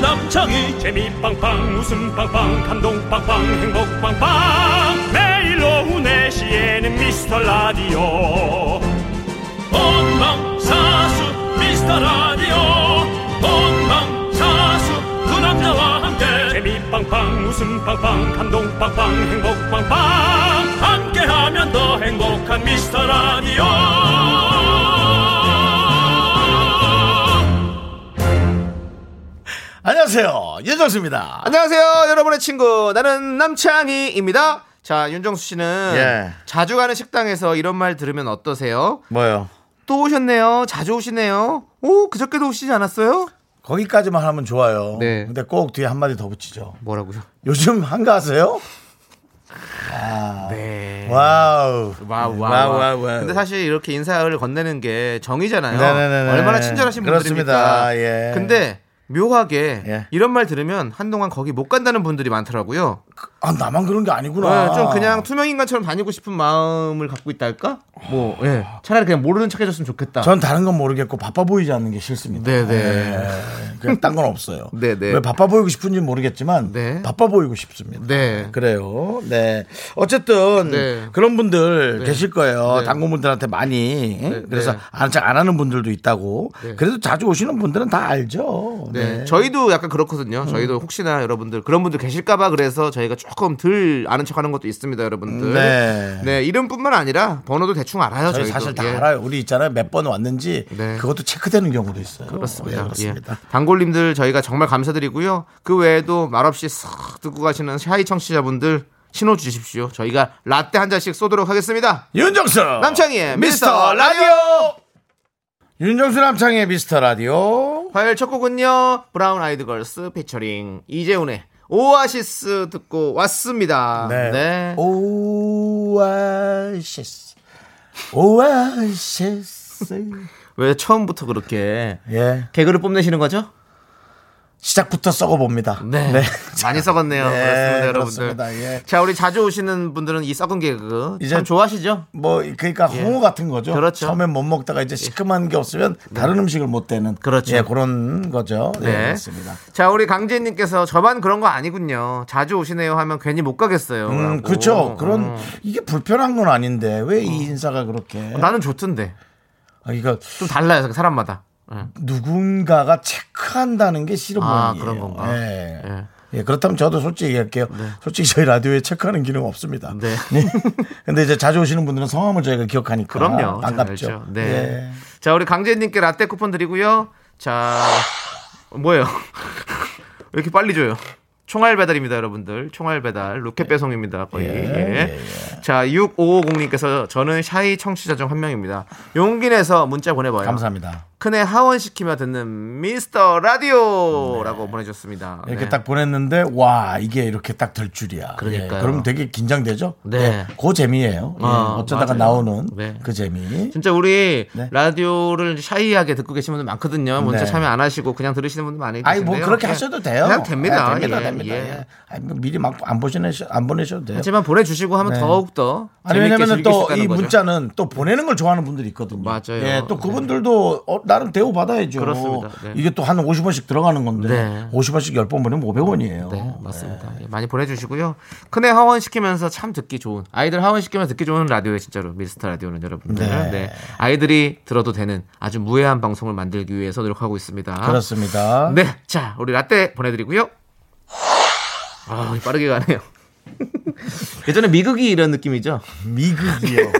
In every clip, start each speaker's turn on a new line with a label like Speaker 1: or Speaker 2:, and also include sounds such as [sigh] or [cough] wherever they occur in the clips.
Speaker 1: 만창
Speaker 2: 재미 빵빵 웃음 빵빵 감동 빵빵 행복 빵빵 매일 오후 네시에는 미스터 라디오
Speaker 1: 본방사수 미스터 라디오 본방사수 그 남자와 함께
Speaker 2: 재미 빵빵 웃음 빵빵 감동 빵빵 행복 빵빵
Speaker 1: 함께하면 더 행복한 미스터 라디오
Speaker 3: 안녕하세요. 윤정수입니다.
Speaker 4: 안녕하세요, 여러분의 친구 나는 남창희입니다. 자, 윤정수 씨는
Speaker 3: 예.
Speaker 4: 자주 가는 식당에서 이런 말 들으면 어떠세요?
Speaker 3: 뭐요?
Speaker 4: 또 오셨네요. 자주 오시네요. 오, 그저께도 오시지 않았어요?
Speaker 3: 거기까지만 하면 좋아요.
Speaker 4: 네.
Speaker 3: 근데 꼭 뒤에 한마디 더 붙이죠.
Speaker 4: 뭐라고요?
Speaker 3: 요즘 한가하세요? 아,
Speaker 4: 네.
Speaker 3: 와우. 와우,
Speaker 4: 와우, 와우,
Speaker 3: 와우,
Speaker 4: 와우.
Speaker 3: 와우.
Speaker 4: 근데 사실 이렇게 인사를 건네는 게 정이잖아요.
Speaker 3: 네네네네.
Speaker 4: 얼마나 친절하신
Speaker 3: 그렇습니다.
Speaker 4: 분들입니까?
Speaker 3: 예.
Speaker 4: 근데 묘하게
Speaker 3: 예.
Speaker 4: 이런 말 들으면 한동안 거기 못 간다는 분들이 많더라고요.
Speaker 3: 아, 나만 그런 게 아니구나.
Speaker 4: 어, 좀 그냥 투명 인간처럼 다니고 싶은 마음을 갖고 있다 할까? 뭐, 예. 차라리 그냥 모르는 척해줬으면 좋겠다.
Speaker 3: 전 다른 건 모르겠고 바빠 보이지 않는 게 싫습니다.
Speaker 4: 네네.
Speaker 3: 예. 그냥 딴 건 없어요.
Speaker 4: [laughs] 네네.
Speaker 3: 왜 바빠 보이고 싶은지 는 모르겠지만
Speaker 4: 네.
Speaker 3: 바빠 보이고 싶습니다.
Speaker 4: 네.
Speaker 3: 그래요. 네. 어쨌든
Speaker 4: 네.
Speaker 3: 그런 분들 계실 거예요.
Speaker 4: 네.
Speaker 3: 당구분들한테 많이. 그래서
Speaker 4: 네.
Speaker 3: 아는 척 안 하는 분들도 있다고.
Speaker 4: 네.
Speaker 3: 그래도 자주 오시는 분들은 다 알죠.
Speaker 4: 네. 저희도 약간
Speaker 3: 음.
Speaker 4: 그렇거든요. 저희도 혹시나 여러분들 그런 분들 계실까봐 그래서 저희가 조금 덜 아는 척하는 것도 있습니다, 여러분들.
Speaker 3: 네.
Speaker 4: 네, 이름뿐만 아니라 번호도 예. 대충 알아요.
Speaker 3: 저희
Speaker 4: 저희
Speaker 3: 사실 다 알아요. 우리 있잖아요. 몇 번 왔는지
Speaker 4: 네.
Speaker 3: 그것도 체크되는 경우도 있어요.
Speaker 4: 그렇습니다.
Speaker 3: 예, 그렇습니다.
Speaker 4: 예. 단골님들 저희가 정말 감사드리고요. 그 외에도 말없이 싹 듣고 가시는 샤이 청취자분들 신호 주십시오. 저희가 라떼 한 잔씩 쏘도록 하겠습니다.
Speaker 3: 윤정수
Speaker 4: 예. 남창희의
Speaker 3: 미스터
Speaker 4: 미스터
Speaker 3: 라디오 윤정수 남창희의 미스터 라디오
Speaker 4: 화요일 첫 곡은요. 브라운 아이드 걸스 피처링 이재훈의 오아시스 듣고 왔습니다.
Speaker 3: 네.
Speaker 4: 네.
Speaker 3: 오아시스 오아시스
Speaker 4: 왜 처음부터 그렇게
Speaker 3: 예
Speaker 4: 개그를 뽐내시는 거죠?
Speaker 3: 시작부터 썩어봅니다
Speaker 4: 네. 많이
Speaker 3: 네,
Speaker 4: 썩었네요. 그렇습니다, 여러분들.
Speaker 3: 그렇습니다. 예.
Speaker 4: 자, 우리 자주 오시는 분들은 이 썩은 개그
Speaker 3: 이제-
Speaker 4: 참 좋아하시죠?
Speaker 3: 뭐 그러니까 홍어 같은 거죠
Speaker 4: 예. 그렇죠. 네.
Speaker 3: 처음엔 못 먹다가 이제 시큼한 게 없으면 다른 음식을 못 대는
Speaker 4: 그렇죠.
Speaker 3: 예, 그런 거죠 네,
Speaker 4: 네.
Speaker 3: 그렇습니다
Speaker 4: 자, 우리 강재님께서 저만 그런 거 아니군요. 자주 오시네요 하면 괜히 못 가겠어요.
Speaker 3: 음
Speaker 4: 라고.
Speaker 3: 그렇죠 그런
Speaker 4: 어.
Speaker 3: 이게 불편한 건 아닌데 왜 이 인사가 그렇게
Speaker 4: 음. 나는 좋던데.
Speaker 3: 아, 이거
Speaker 4: 좀 달라요, 사람마다. 네. 응.
Speaker 3: 누군가가 체크한다는 게 싫은
Speaker 4: 아,
Speaker 3: 모양이에요.
Speaker 4: 그런 건가?
Speaker 3: 예.
Speaker 4: 예.
Speaker 3: 예, 그렇다면 저도 솔직히 얘기할게요. 솔직히 저희 라디오에 체크하는 기능 없습니다.
Speaker 4: 네.
Speaker 3: [laughs] 근데 이제 자주 오시는 분들은 성함을 저희가 기억하니까
Speaker 4: 그럼요. 잘
Speaker 3: 아, 반갑죠.
Speaker 4: 알죠. 네.
Speaker 3: 예.
Speaker 4: 자, 우리 강재님께 라떼 쿠폰 드리고요. 자, 뭐예요? [laughs] 왜 이렇게 빨리 줘요? 총알 배달입니다, 여러분들. 총알 배달. 로켓 배송입니다, 거의. 예, 자, 6550님께서 저는 샤이 청취자 중 한 명입니다. 용기 내서 문자 보내봐요.
Speaker 3: 감사합니다.
Speaker 4: 큰애 하원시키며 듣는 미스터 라디오라고 보내주셨습니다.
Speaker 3: 네. 이렇게
Speaker 4: 네.
Speaker 3: 딱 보냈는데 와 이게 이렇게 딱 될 줄이야. 예.
Speaker 4: 그러니까요.
Speaker 3: 그럼 되게 긴장되죠.
Speaker 4: 네.
Speaker 3: 예, 그 재미예요. 예,
Speaker 4: 아,
Speaker 3: 어쩌다가
Speaker 4: 맞아요.
Speaker 3: 나오는
Speaker 4: 네.
Speaker 3: 그 재미.
Speaker 4: 진짜 우리
Speaker 3: 네.
Speaker 4: 라디오를 샤이하게 듣고 계신 분들 많거든요. 문자
Speaker 3: 네.
Speaker 4: 참여 안 하시고 그냥 들으시는 분들 많이 계신데요.
Speaker 3: 아니 뭐 그렇게
Speaker 4: 예.
Speaker 3: 하셔도 돼요.
Speaker 4: 그냥 됩니다.
Speaker 3: 예, 됩니다,
Speaker 4: 예,
Speaker 3: 됩니다.
Speaker 4: 예.
Speaker 3: 예. 아니, 뭐 미리 막 안 보내셔 안 보내셔도 돼요.
Speaker 4: 하지만 보내주시고 하면
Speaker 3: 네.
Speaker 4: 더욱 더
Speaker 3: 아니
Speaker 4: 재밌게
Speaker 3: 왜냐면은
Speaker 4: 즐길 수
Speaker 3: 또 이
Speaker 4: 있다는 거죠.
Speaker 3: 문자는 또 보내는 걸 좋아하는 분들이 있거든요.
Speaker 4: 맞아요. 네.
Speaker 3: 예, 또 그분들도 어, 나름 대우 받아야죠.
Speaker 4: 그렇습니다. 네.
Speaker 3: 이게 또 한 50원씩 들어가는 건데
Speaker 4: 네.
Speaker 3: 50원씩 10번 보내면 500원이에요.
Speaker 4: 네, 맞습니다. 예, 많이 보내주시고요. 큰애 하원 시키면서 참 듣기 좋은 아이들 하원 시키면서 듣기 좋은 라디오에 진짜로 미스터 라디오는 여러분들
Speaker 3: 네.
Speaker 4: 네. 아이들이 들어도 되는 아주 무해한 방송을 만들기 위해서 노력하고 있습니다.
Speaker 3: 그렇습니다.
Speaker 4: 아. 네, 자 우리 라떼 보내드리고요. 아 빠르게 가네요. 예전에 미국이 이런 느낌이죠.
Speaker 3: [laughs] 미국이요.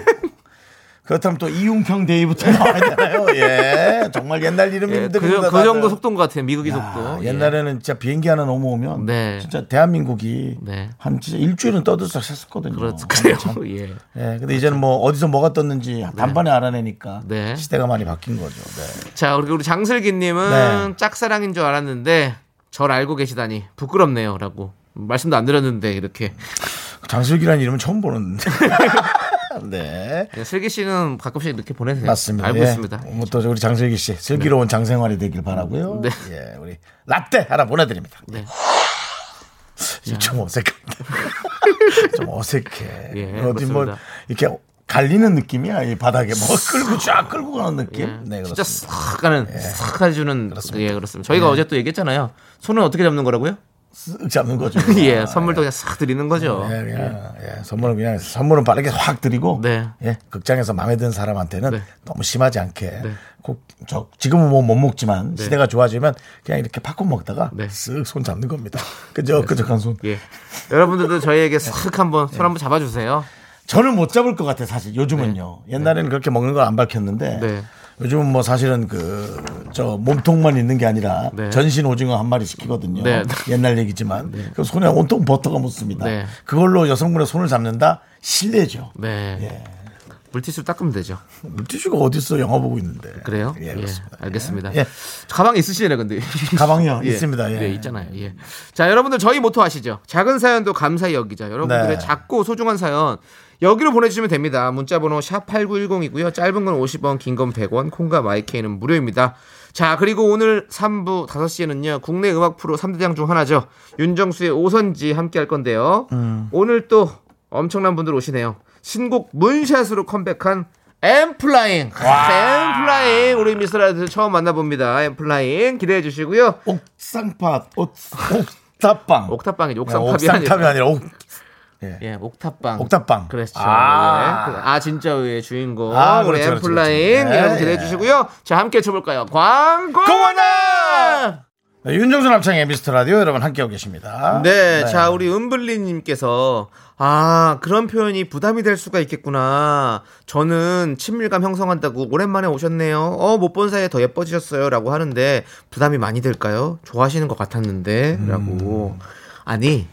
Speaker 3: 그렇다면 또 이웅평 대위부터 나와야 되나요? 예. 정말 옛날
Speaker 4: 예,
Speaker 3: 이름인데
Speaker 4: 그, 그 정도 속도인 것 같아요. 미국이 속도. 예.
Speaker 3: 옛날에는 진짜 비행기 하나 넘어오면
Speaker 4: 네.
Speaker 3: 진짜 대한민국이
Speaker 4: 네.
Speaker 3: 한 진짜 일주일은 떠들썩했었거든요.
Speaker 4: [laughs]
Speaker 3: 아,
Speaker 4: 그렇- 그래요. [laughs] 예.
Speaker 3: 예, 근데 이제는 뭐 어디서 뭐가 떴는지 단번에 알아내니까
Speaker 4: 네.
Speaker 3: 시대가 많이 바뀐 거죠. 네.
Speaker 4: 자, 우리 우리 장슬기님은 짝사랑인 줄 알았는데 절 알고 계시다니 부끄럽네요라고 말씀도 안 드렸는데 이렇게
Speaker 3: 장슬기라는 이름은 처음 보는데. [laughs] 네.
Speaker 4: 네, 슬기 씨는 가끔씩 이렇게 보내세요.
Speaker 3: 맞습니다.
Speaker 4: 네, 알고
Speaker 3: 예.
Speaker 4: 있습니다.
Speaker 3: 뭐또 우리 장슬기 씨 슬기로운 장생활이 되길 바라고요.
Speaker 4: 네.
Speaker 3: 예, 우리 라떼 하나 보내드립니다. [laughs]
Speaker 4: 네.
Speaker 3: 이좀 어색한데. 좀 어색해.
Speaker 4: 예, [laughs]
Speaker 3: 어디 뭐
Speaker 4: 그렇습니다.
Speaker 3: 이렇게 갈리는 느낌이야. 이 바닥에
Speaker 4: [laughs]
Speaker 3: 뭐 끌고 쫙 끌고 가는 느낌. 네,
Speaker 4: 예. 진짜
Speaker 3: 그렇습니다. 예.
Speaker 4: 싹 가는 싹 해주는
Speaker 3: 그렇습니다. 네.
Speaker 4: 예 그렇습니다. 저희가 어제 또 얘기했잖아요. 손은 어떻게 잡는 거라고요? [laughs]
Speaker 3: 쓱 잡는 거죠. 아,
Speaker 4: 예 선물도 그냥 싹 드리는 거죠.
Speaker 3: 예, 그냥, 예, 선물은 그냥 선물은 빠르게 확 드리고
Speaker 4: 네.
Speaker 3: 예, 극장에서 마음에 드는 사람한테는
Speaker 4: 네.
Speaker 3: 너무 심하지 않게 꼭 저, 지금은 뭐 못 먹지만 시대가 좋아지면 그냥 이렇게 팝콘 먹다가
Speaker 4: 네.
Speaker 3: 쓱 손 잡는
Speaker 4: [laughs]
Speaker 3: 겁니다. 끈적끈적한 손.
Speaker 4: 예 여러분들도
Speaker 3: 네.
Speaker 4: 저희에게 싹 한번 손
Speaker 3: 예.
Speaker 4: 한번 잡아주세요.
Speaker 3: 저는 못 잡을 것 같아 사실 요즘은요. 옛날에는 그렇게 먹는 걸 안 밝혔는데
Speaker 4: 네.
Speaker 3: 요즘은 뭐 사실은 그 저 몸통만 있는 게 아니라
Speaker 4: 네.
Speaker 3: 전신 오징어 한 마리 시키거든요.
Speaker 4: 네.
Speaker 3: [laughs] 옛날 얘기지만 그 손에 온통 버터가 묻습니다.
Speaker 4: 네.
Speaker 3: 그걸로 여성분의 손을 잡는다 실례죠.
Speaker 4: 네
Speaker 3: 예.
Speaker 4: 물티슈 닦으면 되죠.
Speaker 3: 물티슈가 어디 있어 영화 보고 있는데.
Speaker 4: 그래요?
Speaker 3: 예, 그렇습니다.
Speaker 4: 알겠습니다.
Speaker 3: 예.
Speaker 4: 가방에 있으시네 근데.
Speaker 3: 가방이요 있습니다. 예.
Speaker 4: 네, 있잖아요. 예. 자, 여러분들 저희 모토 아시죠? 작은 사연도 감사히 여기자. 여러분들의
Speaker 3: 네.
Speaker 4: 작고 소중한 사연 여기로 보내주시면 됩니다. 문자번호 샵 #8910이고요. 짧은 건 50원, 긴 건 100원, 콩과 마이케이는 무료입니다. 자, 그리고 오늘 3부 5시에는요. 국내 음악 프로 3대장 중 하나죠. 윤정수의 오선지 함께 할 건데요.
Speaker 3: 음.
Speaker 4: 오늘 또 엄청난 분들 오시네요. 신곡 문샷으로 컴백한 엠플라잉. 엠플라잉. 우리 미스라에서 처음 만나봅니다. 엠플라잉. 기대해 주시고요.
Speaker 3: 옥상팥, 옥, 옥탑빵.
Speaker 4: 옥탑방이죠.
Speaker 3: 야,
Speaker 4: 옥상탑이
Speaker 3: 옥상탑이
Speaker 4: 아니라.
Speaker 3: 아니라 옥.
Speaker 4: 예, 옥탑방.
Speaker 3: 옥탑방.
Speaker 4: 그렇죠.
Speaker 3: 아.
Speaker 4: 아, 아 진짜의 주인공.
Speaker 3: 아,
Speaker 4: 우리
Speaker 3: 그렇죠, 그렇죠,
Speaker 4: 엠플라잉
Speaker 3: 그렇죠.
Speaker 4: 여러분
Speaker 3: 예,
Speaker 4: 기대해
Speaker 3: 예.
Speaker 4: 주시고요. 자, 함께 쳐볼까요? 광고.
Speaker 3: 공원아! 네, 윤정수 남창의 미스터 라디오 여러분 함께하고 계십니다.
Speaker 4: 네, 자 우리 은블리님께서 아 그런 표현이 부담이 될 수가 있겠구나. 저는 친밀감 형성한다고 오랜만에 오셨네요. 어 못 본 사이에 더 예뻐지셨어요라고 하는데 부담이 많이 될까요? 좋아하시는 것
Speaker 3: 음.
Speaker 4: 같았는데라고. 아니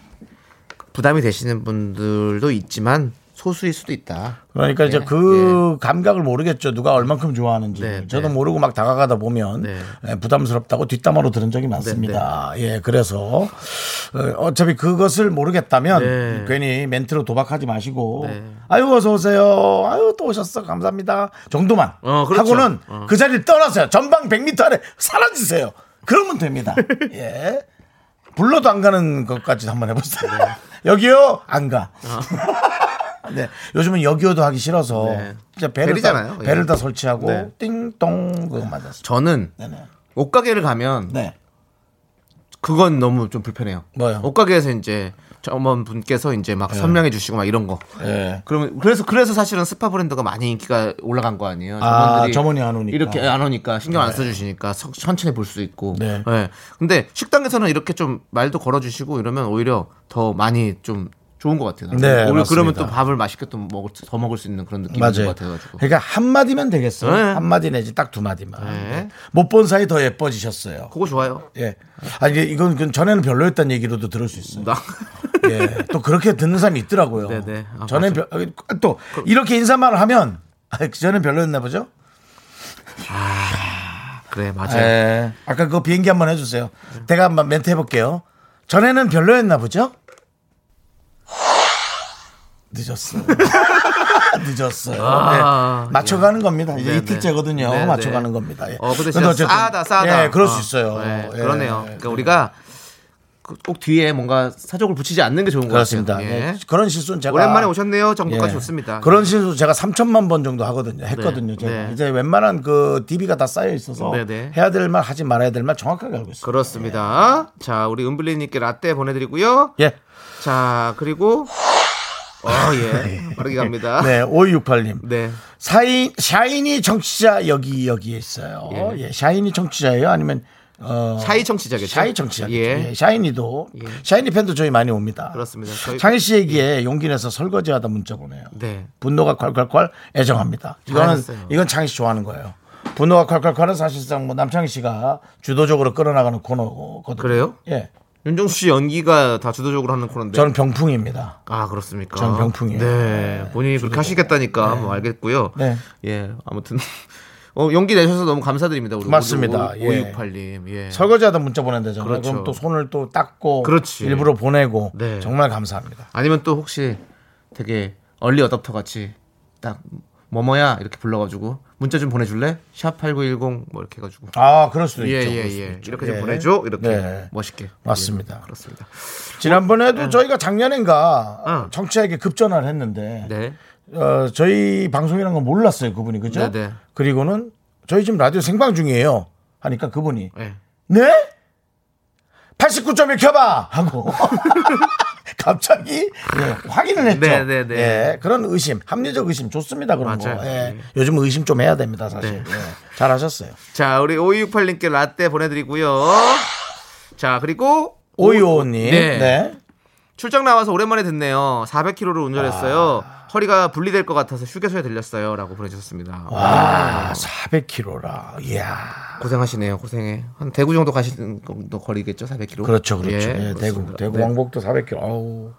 Speaker 4: 부담이 되시는 분들도 있지만 소수일 수도 있다.
Speaker 3: 그러니까 이제
Speaker 4: 네,
Speaker 3: 그 감각을 모르겠죠. 누가 얼만큼 좋아하는지.
Speaker 4: 네,
Speaker 3: 저도
Speaker 4: 네.
Speaker 3: 모르고 막 다가가다 보면
Speaker 4: 네.
Speaker 3: 예, 부담스럽다고 뒷담화로 들은 적이 많습니다. 예, 그래서 어, 어차피 그것을 모르겠다면
Speaker 4: 네.
Speaker 3: 괜히 멘트로 도박하지 마시고
Speaker 4: 네.
Speaker 3: 아유 어서 오세요. 아유 또 오셨어. 감사합니다. 정도만
Speaker 4: 어, 그렇죠.
Speaker 3: 하고는
Speaker 4: 어.
Speaker 3: 그 자리를 떠나세요. 전방 100m 안에 사라지세요. 그러면
Speaker 4: [laughs]
Speaker 3: 됩니다. 예. 불러도 안 가는 것까지 한번 해보세요.
Speaker 4: 네.
Speaker 3: [laughs] 여기요 안 가. [laughs] 네, 요즘은 여기요도 하기 싫어서
Speaker 4: 아. 네.
Speaker 3: 진짜 배를
Speaker 4: 배리잖아요.
Speaker 3: 다,
Speaker 4: 예.
Speaker 3: 배를 다 설치하고
Speaker 4: 네.
Speaker 3: 띵동 그거 맞았어.
Speaker 4: 저는
Speaker 3: 네네.
Speaker 4: 옷가게를 가면
Speaker 3: 네.
Speaker 4: 그건 너무 좀 불편해요.
Speaker 3: 뭐요? 네.
Speaker 4: 옷가게에서 이제 점원분께서 이제 막 설명해 주시고 막 이런 거.
Speaker 3: 예.
Speaker 4: 그러면 그래서 그래서 사실은 스파 브랜드가 많이 인기가 올라간 거 아니에요.
Speaker 3: 아,
Speaker 4: 점원들이
Speaker 3: 점원이 안 오니까.
Speaker 4: 이렇게 안 오니까 신경 안 써주시니까 서- 천천히 볼 수 있고.
Speaker 3: 네.
Speaker 4: 예. 근데 식당에서는 이렇게 좀 말도 걸어주시고 이러면 오히려 더 많이 좀 좋은 것 같아요.
Speaker 3: 네,
Speaker 4: 오히려 그러면
Speaker 3: 맞습니다.
Speaker 4: 또 밥을 맛있게 또 먹을 수- 더 먹을 수 있는 그런 느낌인 것
Speaker 3: 맞아요.
Speaker 4: 같아가지고.
Speaker 3: 그러니까 한 마디면 되겠어요.
Speaker 4: 네.
Speaker 3: 한 마디 내지 딱 두 마디만.
Speaker 4: 네.
Speaker 3: 못 본 사이 더 예뻐지셨어요.
Speaker 4: 그거 좋아요. [laughs]
Speaker 3: 예. 아니 이게 이건 그건 전에는 별로였다는 얘기로도 들을 수 있어요.
Speaker 4: 나
Speaker 3: 예. 또 그렇게 듣는 사람이 있더라고요.
Speaker 4: 네네. 아,
Speaker 3: 전에 별, 또 이렇게 인사말을 하면 아, 전에 별로였나 보죠?
Speaker 4: 그래 맞아요.
Speaker 3: 예. 아까 그 비행기 한번 해주세요. 제가 한번 멘트 해볼게요. 전에는 별로였나 보죠? 늦었어. [laughs] 늦었어요.
Speaker 4: 아,
Speaker 3: 네. 맞춰가는 겁니다. 이제
Speaker 4: 네,
Speaker 3: 이틀째거든요.
Speaker 4: 네, 네.
Speaker 3: 맞춰가는 겁니다. 예.
Speaker 4: 어, 근데
Speaker 3: 근데
Speaker 4: 진짜
Speaker 3: 어쨌든,
Speaker 4: 싸다, 싸다.
Speaker 3: 예, 그럴
Speaker 4: 어,
Speaker 3: 수 있어요.
Speaker 4: 네,
Speaker 3: 예.
Speaker 4: 그러네요. 그러니까 우리가 그- 꼭 뒤에 뭔가 사족을 붙이지 않는 게 좋은 것
Speaker 3: 그렇습니다.
Speaker 4: 같아요.
Speaker 3: 예.
Speaker 4: 예.
Speaker 3: 그런 실수는 제가
Speaker 4: 오랜만에 오셨네요. 정도까지
Speaker 3: 예.
Speaker 4: 좋습니다.
Speaker 3: 그런 실수 제가 3천만 번 정도 하거든요. 했거든요.
Speaker 4: 네.
Speaker 3: 제가
Speaker 4: 네.
Speaker 3: 이제 웬만한 그 DB가 다 쌓여 있어서
Speaker 4: 네, 네.
Speaker 3: 해야 될 말 하지 말아야 될 말 정확하게 알고 있어요.
Speaker 4: 그렇습니다. 자, 우리 은블리님께 라떼 보내드리고요.
Speaker 3: 예.
Speaker 4: 자, 그리고 어,
Speaker 3: [laughs]
Speaker 4: 예, 빠르게 갑니다. 네.
Speaker 3: 네, 5268님. 사인, 샤이니 청취자 여기 여기에 있어요.
Speaker 4: 예.
Speaker 3: 예, 샤이니 청취자예요? 아니면 어,
Speaker 4: 샤이 청취자겠죠.
Speaker 3: 샤이 청취자.
Speaker 4: 예.
Speaker 3: 예. 샤이니도 샤이니 팬도 저희 많이 옵니다.
Speaker 4: 그렇습니다. 저희- 예.
Speaker 3: 창희 씨에게 용기 내서 설거지하다 문자 보내요.
Speaker 4: 네.
Speaker 3: 분노가 콸콸콸 애정합니다. 이거는
Speaker 4: 잘하셨어요.
Speaker 3: 이건 창희 씨 좋아하는 거예요. 분노가 콸콸콸은 사실상 뭐 남창희 씨가 주도적으로 끌어나가는 코너거든요.
Speaker 4: 그래요?
Speaker 3: 예.
Speaker 4: 윤정수 씨 연기가 다 주도적으로 하는 코너인데.
Speaker 3: 저는 병풍입니다.
Speaker 4: 아 그렇습니까?
Speaker 3: 전 병풍이에요.
Speaker 4: 네, 본인이 그렇게 하시겠다니까 뭐 알겠고요.
Speaker 3: 네.
Speaker 4: 예, 아무튼 [laughs] 어, 용기 내셔서 너무 감사드립니다. 우리
Speaker 3: 맞습니다. 예.
Speaker 4: 568님. 예.
Speaker 3: 설거지하다 문자 보낸다잖아요.
Speaker 4: 그렇죠.
Speaker 3: 그럼또 손을 또 닦고
Speaker 4: 그렇지.
Speaker 3: 일부러 보내고
Speaker 4: 네.
Speaker 3: 정말 감사합니다.
Speaker 4: 아니면 또 혹시 되게 얼리 어답터 같이 딱 뭐뭐야 이렇게 불러가지고 문자 좀 보내줄래? 샵 #8910 뭐 이렇게 해가지고.
Speaker 3: 아, 그럴 수도
Speaker 4: 예,
Speaker 3: 있죠.
Speaker 4: 예,
Speaker 3: 그럴 수도
Speaker 4: 예.
Speaker 3: 있죠.
Speaker 4: 이렇게 좀
Speaker 3: 예.
Speaker 4: 보내줘. 이렇게
Speaker 3: 네.
Speaker 4: 멋있게.
Speaker 3: 맞습니다.
Speaker 4: 예, 그렇습니다. 어,
Speaker 3: 지난번에도 저희가 작년인가
Speaker 4: 응.
Speaker 3: 정치에게 급전화를 했는데
Speaker 4: 어. 네.
Speaker 3: 어, 저희 방송이라는 건 몰랐어요 그분이 그죠?
Speaker 4: 네네.
Speaker 3: 그리고는 저희 지금 라디오 생방 중이에요. 하니까 그분이
Speaker 4: 예.
Speaker 3: 네? 89.1 켜봐! 하고. [laughs] 갑자기 예, 확인을 했죠.
Speaker 4: 네, 네, 네.
Speaker 3: 예, 그런 의심, 합리적 의심 좋습니다. 그런
Speaker 4: 맞아요.
Speaker 3: 거. 예, 요즘 의심 좀 해야 됩니다, 사실.
Speaker 4: 네.
Speaker 3: 예, 잘하셨어요.
Speaker 4: 자, 우리 5268님께 라떼 보내드리고요. 자, 그리고
Speaker 3: 오이오님,
Speaker 4: 네.
Speaker 3: 네.
Speaker 4: 출장 나와서 오랜만에 듣네요. 400km를 운전했어요.
Speaker 3: 아.
Speaker 4: 허리가 분리될 것 같아서 휴게소에 들렸어요. 라고 보내주셨습니다.
Speaker 3: 아.
Speaker 4: 아.
Speaker 3: 와, 400kg라. 이야.
Speaker 4: 고생하시네요. 고생해. 한 대구 정도 가시는 정도 거리겠죠? 400km.
Speaker 3: 그렇죠, 그렇죠. 예, 대구,
Speaker 4: 그렇습니다.
Speaker 3: 대구
Speaker 4: 네.
Speaker 3: 왕복도 400kg. 아우,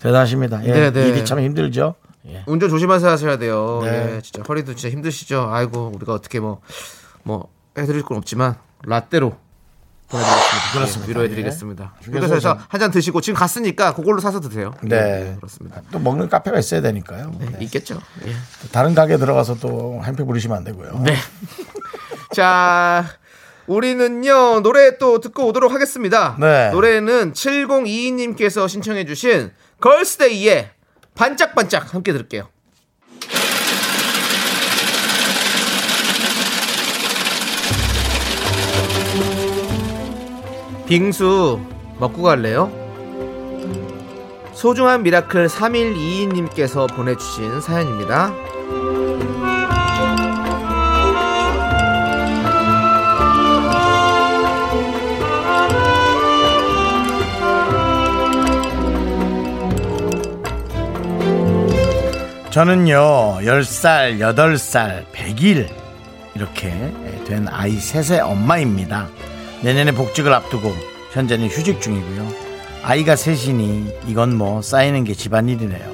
Speaker 3: 대단하십니다. 예,
Speaker 4: 네, 네.
Speaker 3: 일이 참 힘들죠. 예.
Speaker 4: 운전 조심하셔 하셔야 돼요.
Speaker 3: 네.
Speaker 4: 예, 진짜 허리도 진짜 힘드시죠. 아이고 우리가 어떻게 뭐 뭐 해드릴 건 없지만 라떼로 보내드리겠습니다. 예,
Speaker 3: 그렇습니다.
Speaker 4: 위로해드리겠습니다.
Speaker 3: 예.
Speaker 4: 휴게소에서 한 잔 드시고 지금 갔으니까 그걸로 사서 드세요.
Speaker 3: 네.
Speaker 4: 예, 그렇습니다.
Speaker 3: 또 먹는 카페가 있어야 되니까요.
Speaker 4: 네, 있겠죠. 예.
Speaker 3: 다른 가게 들어가서 또 한패 부리시면 안 되고요.
Speaker 4: 네. 자, 우리는요, 노래 또 듣고 오도록 하겠습니다.
Speaker 3: 네.
Speaker 4: 노래는 7022님께서 신청해주신 걸스데이의 반짝반짝 함께 들을게요. 빙수 먹고 갈래요? 소중한 미라클 3122님께서 보내주신 사연입니다.
Speaker 3: 저는요 10살, 8살, 100일 이렇게 된 아이 셋의 엄마입니다 내년에 복직을 앞두고 현재는 휴직 중이고요 아이가 셋이니 이건 뭐 쌓이는 게 집안일이네요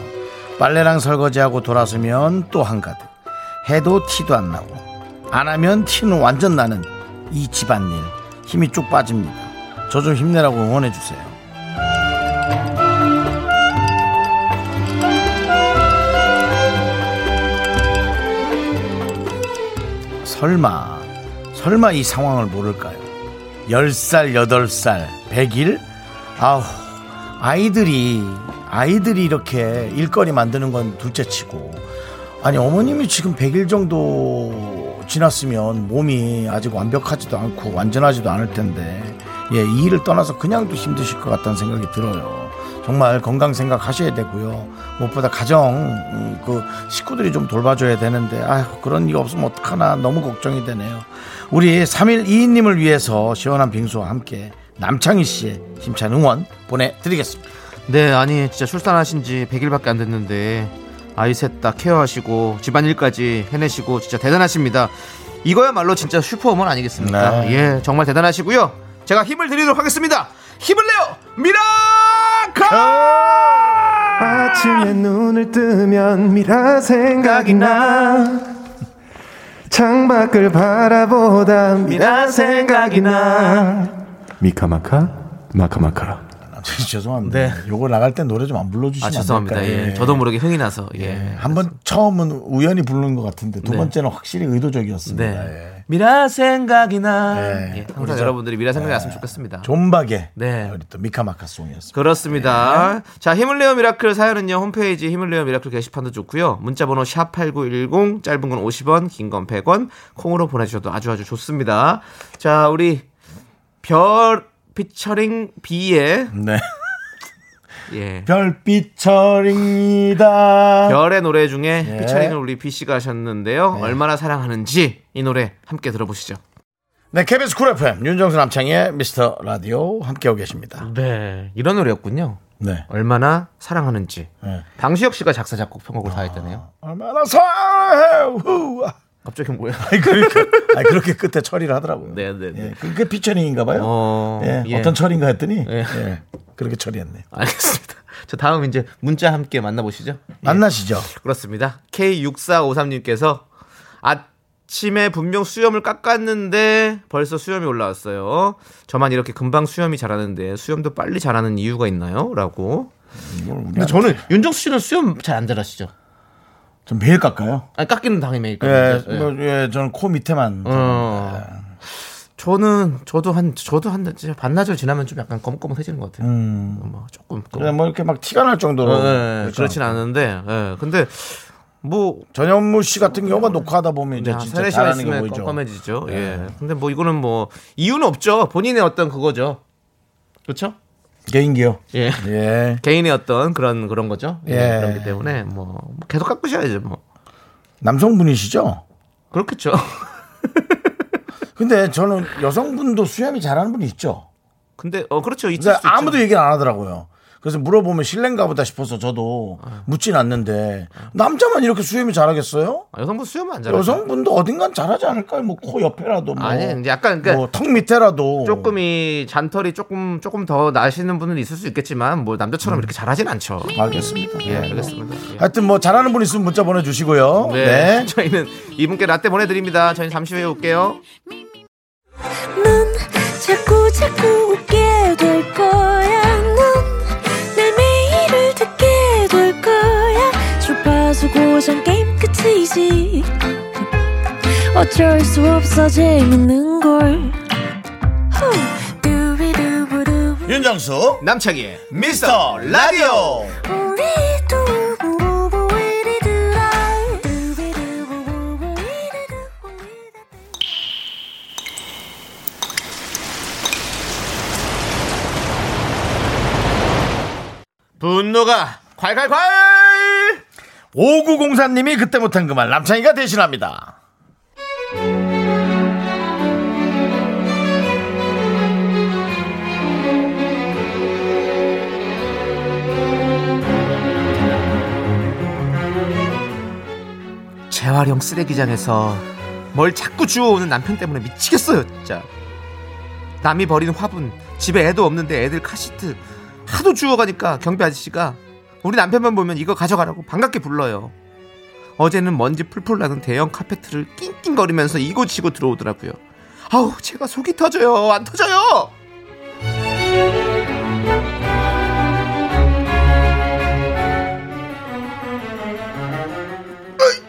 Speaker 3: 빨래랑 설거지하고 돌아서면 또 한가득 해도 티도 안 나고 안 하면 티는 완전 나는 이 집안일 힘이 쭉 빠집니다 저 좀 힘내라고 응원해주세요 설마 설마 이 상황을 모를까요? 10살, 8살, 100일? 아우 아이들이 아이들이 이렇게 일거리 만드는 건 둘째치고 아니 어머님이 지금 100일 정도 지났으면 몸이 아직 완벽하지도 않고 완전하지도 않을 텐데 예, 이 일을 떠나서 그냥도 힘드실 것 같다는 생각이 들어요. 정말 건강 생각하셔야 되고요. 무엇보다 가정 음, 그 식구들이 좀 돌봐줘야 되는데 아 그런 일 없으면 어떡하나 너무 걱정이 되네요. 우리 3122님을 위해서 시원한 빙수와 함께 남창희 씨의 힘찬 응원 보내드리겠습니다.
Speaker 4: 네, 아니 진짜 출산하신 지 100일밖에 안 됐는데 아이 셋 다 케어하시고 집안일까지 해내시고 진짜 대단하십니다. 이거야말로 진짜 슈퍼우먼 아니겠습니까?
Speaker 3: 네.
Speaker 4: 예, 정말 대단하시고요. 제가 힘을 드리도록 하겠습니다. 힘을 내요, 미라카!
Speaker 5: 아침에 눈을 뜨면 미라 생각이 나 창밖을 바라보다 미라 생각이
Speaker 4: 아,
Speaker 5: 나 미카마카 마카마카
Speaker 3: 남창희 씨 죄송합니다. 요거 나갈 때 노래 좀 안 불러주시면
Speaker 4: 아 죄송합니다.
Speaker 3: 안 될까요? 네.
Speaker 4: 예, 저도 모르게 흥이 나서 예.
Speaker 3: 한번 처음은 우연히 부르는 것 같은데 두
Speaker 4: 네.
Speaker 3: 번째는 확실히 의도적이었습니다.
Speaker 4: 네.
Speaker 3: 예.
Speaker 4: 미라 생각이나
Speaker 3: 네.
Speaker 4: 예,
Speaker 3: 우리
Speaker 4: 항상
Speaker 3: 저-
Speaker 4: 여러분들이 미라 생각이 났으면 좋겠습니다.
Speaker 3: 존박의
Speaker 4: 네.
Speaker 3: 우리 또 미카마카 송이었습니다.
Speaker 4: 그렇습니다. 자, 힘을 내어 미라클 사연은요. 홈페이지 힘을 내어 미라클 게시판도 좋고요. 문자 번호 샵 8910 짧은 건 50원, 긴 건 100원. 콩으로 보내 주셔도 아주 아주 좋습니다. 자, 우리 별 피처링 비의
Speaker 3: 네. [laughs]
Speaker 4: 예.
Speaker 3: 별빛 철입니다.
Speaker 4: 별의 노래 중에
Speaker 3: 예.
Speaker 4: 피처링을 우리 B 씨가 하셨는데요. 얼마나 사랑하는지 이 노래 함께 들어보시죠.
Speaker 3: 네, KBS 쿨 FM 윤정수 남창의 미스터 라디오 함께하고 계십니다.
Speaker 4: 네. 이런 노래였군요.
Speaker 3: 네.
Speaker 4: 얼마나 사랑하는지.
Speaker 3: 네.
Speaker 4: 방시혁 씨가 작사 작곡 편곡을 다 했다네요.
Speaker 3: 얼마나 사랑해. 후아.
Speaker 4: 갑자기 뭐야?
Speaker 3: 아니, 그러니까, 아니, 그렇게 끝에 처리를 하더라고요.
Speaker 4: 네, 네, 네.
Speaker 3: 예, 그게 피처링인가 봐요.
Speaker 4: [laughs] 어,
Speaker 3: 어,
Speaker 4: 예.
Speaker 3: 떤 처리인가 했더니
Speaker 4: 예.
Speaker 3: 예, 그렇게 처리했네.
Speaker 4: 알겠습니다. [laughs] 저 다음 이제 문자 함께 만나보시죠.
Speaker 3: 만나시죠.
Speaker 4: 그렇습니다. K6453님께서 아침에 분명 수염을 깎았는데 벌써 수염이 올라왔어요. 저만 이렇게 금방 수염이 자라는데 수염도 빨리 자라는 이유가 있나요? 라고. 근데 저는 윤정수 씨는 수염 잘 안 자라시죠?
Speaker 3: 좀 매일 깎아요.
Speaker 4: 아니 깎이는 당연히 매일
Speaker 3: 예,
Speaker 4: 깎는데. 예.
Speaker 3: 뭐, 예, 저는 코 밑에만.
Speaker 4: 어. 저는 저도 한 저도 한 진짜 반나절 지나면 좀 약간 검검해지는 것 같아요. 뭐 조금 검- 어,
Speaker 3: 그래, 뭐 이렇게 막 티가 날 정도로.
Speaker 4: 예, 예, 그렇진 않은데, 예, 근데 뭐
Speaker 3: 전현무 씨 같은 경우가 녹화하다 보면 이제
Speaker 4: 아,
Speaker 3: 진짜
Speaker 4: 세네 시간
Speaker 3: 잘하는 게
Speaker 4: 있으면
Speaker 3: 보이죠.
Speaker 4: 깜깜해지죠. 예. 근데 뭐 이거는 뭐 이유는 없죠. 본인의 어떤 그거죠. 그렇죠?
Speaker 3: 개인기요.
Speaker 4: 예.
Speaker 3: 예.
Speaker 4: 개인의 어떤 그런 그런 거죠. 예.
Speaker 3: 예.
Speaker 4: 그렇기 때문에 뭐 계속 깎으셔야죠. 뭐
Speaker 3: 남성분이시죠?
Speaker 4: 그렇겠죠. [laughs]
Speaker 3: 근데 저는 여성분도 수염이 잘하는 분이 있죠.
Speaker 4: 근데 어 그렇죠. 있을
Speaker 3: 근데
Speaker 4: 수 있죠.
Speaker 3: 그러니까 아무도 얘기를 안 하더라고요. 그래서 물어보면 실례인가 보다 싶어서 저도
Speaker 4: 아.
Speaker 3: 묻진 않는데 남자만 이렇게 수염이 잘하겠어요?
Speaker 4: 아, 여성분 수염은 안 잘하죠.
Speaker 3: 여성분도 어딘간 잘하지 않을까요? 뭐 코 옆에라도 뭐,
Speaker 4: 아니 이제 약간 그러니까
Speaker 3: 뭐 턱 밑에라도
Speaker 4: 조금 이 잔털이 조금 조금 더 나시는 분은 있을 수 있겠지만 뭐
Speaker 3: 음.
Speaker 4: 남자처럼 이렇게 잘하진 않죠.
Speaker 3: 알겠습니다.
Speaker 4: 예, 알겠습니다. 예.
Speaker 3: 하여튼 뭐 잘하는 분 있으면 문자 보내주시고요.
Speaker 4: 네.
Speaker 3: 네.
Speaker 4: [laughs] 저희는 이분께 라떼 보내드립니다. 저희는 잠시 후에 올게요.
Speaker 6: 넌 자꾸 자꾸 웃게 될 거야. 넌내 매일을 듣게 될 거야. 주파수 고정 게임 끝이지. 어쩔 수 없어 재밌는 걸. 후. 두비두부두.
Speaker 3: 윤정수
Speaker 4: 남창희의
Speaker 3: 미스터 라디오
Speaker 6: 우리 두부부부 우리 두라. 두비두부부부 우리 두부 우리 두부.
Speaker 4: 분노가 콸콸콸!
Speaker 3: 5904님이 그때 못한 그 말 남창희가 대신합니다.
Speaker 4: 재활용 쓰레기장에서 뭘 자꾸 주워오는 남편 때문에 미치겠어요 진짜 남이 버린 화분 집에 애도 없는데 애들 카시트 하도 주워가니까 경비 아저씨가 우리 남편만 보면 이거 가져가라고 반갑게 불러요 어제는 먼지 풀풀 나는 대형 카페트를 낑낑거리면서 이고치고 들어오더라고요 아우 제가 속이 터져요 안 터져요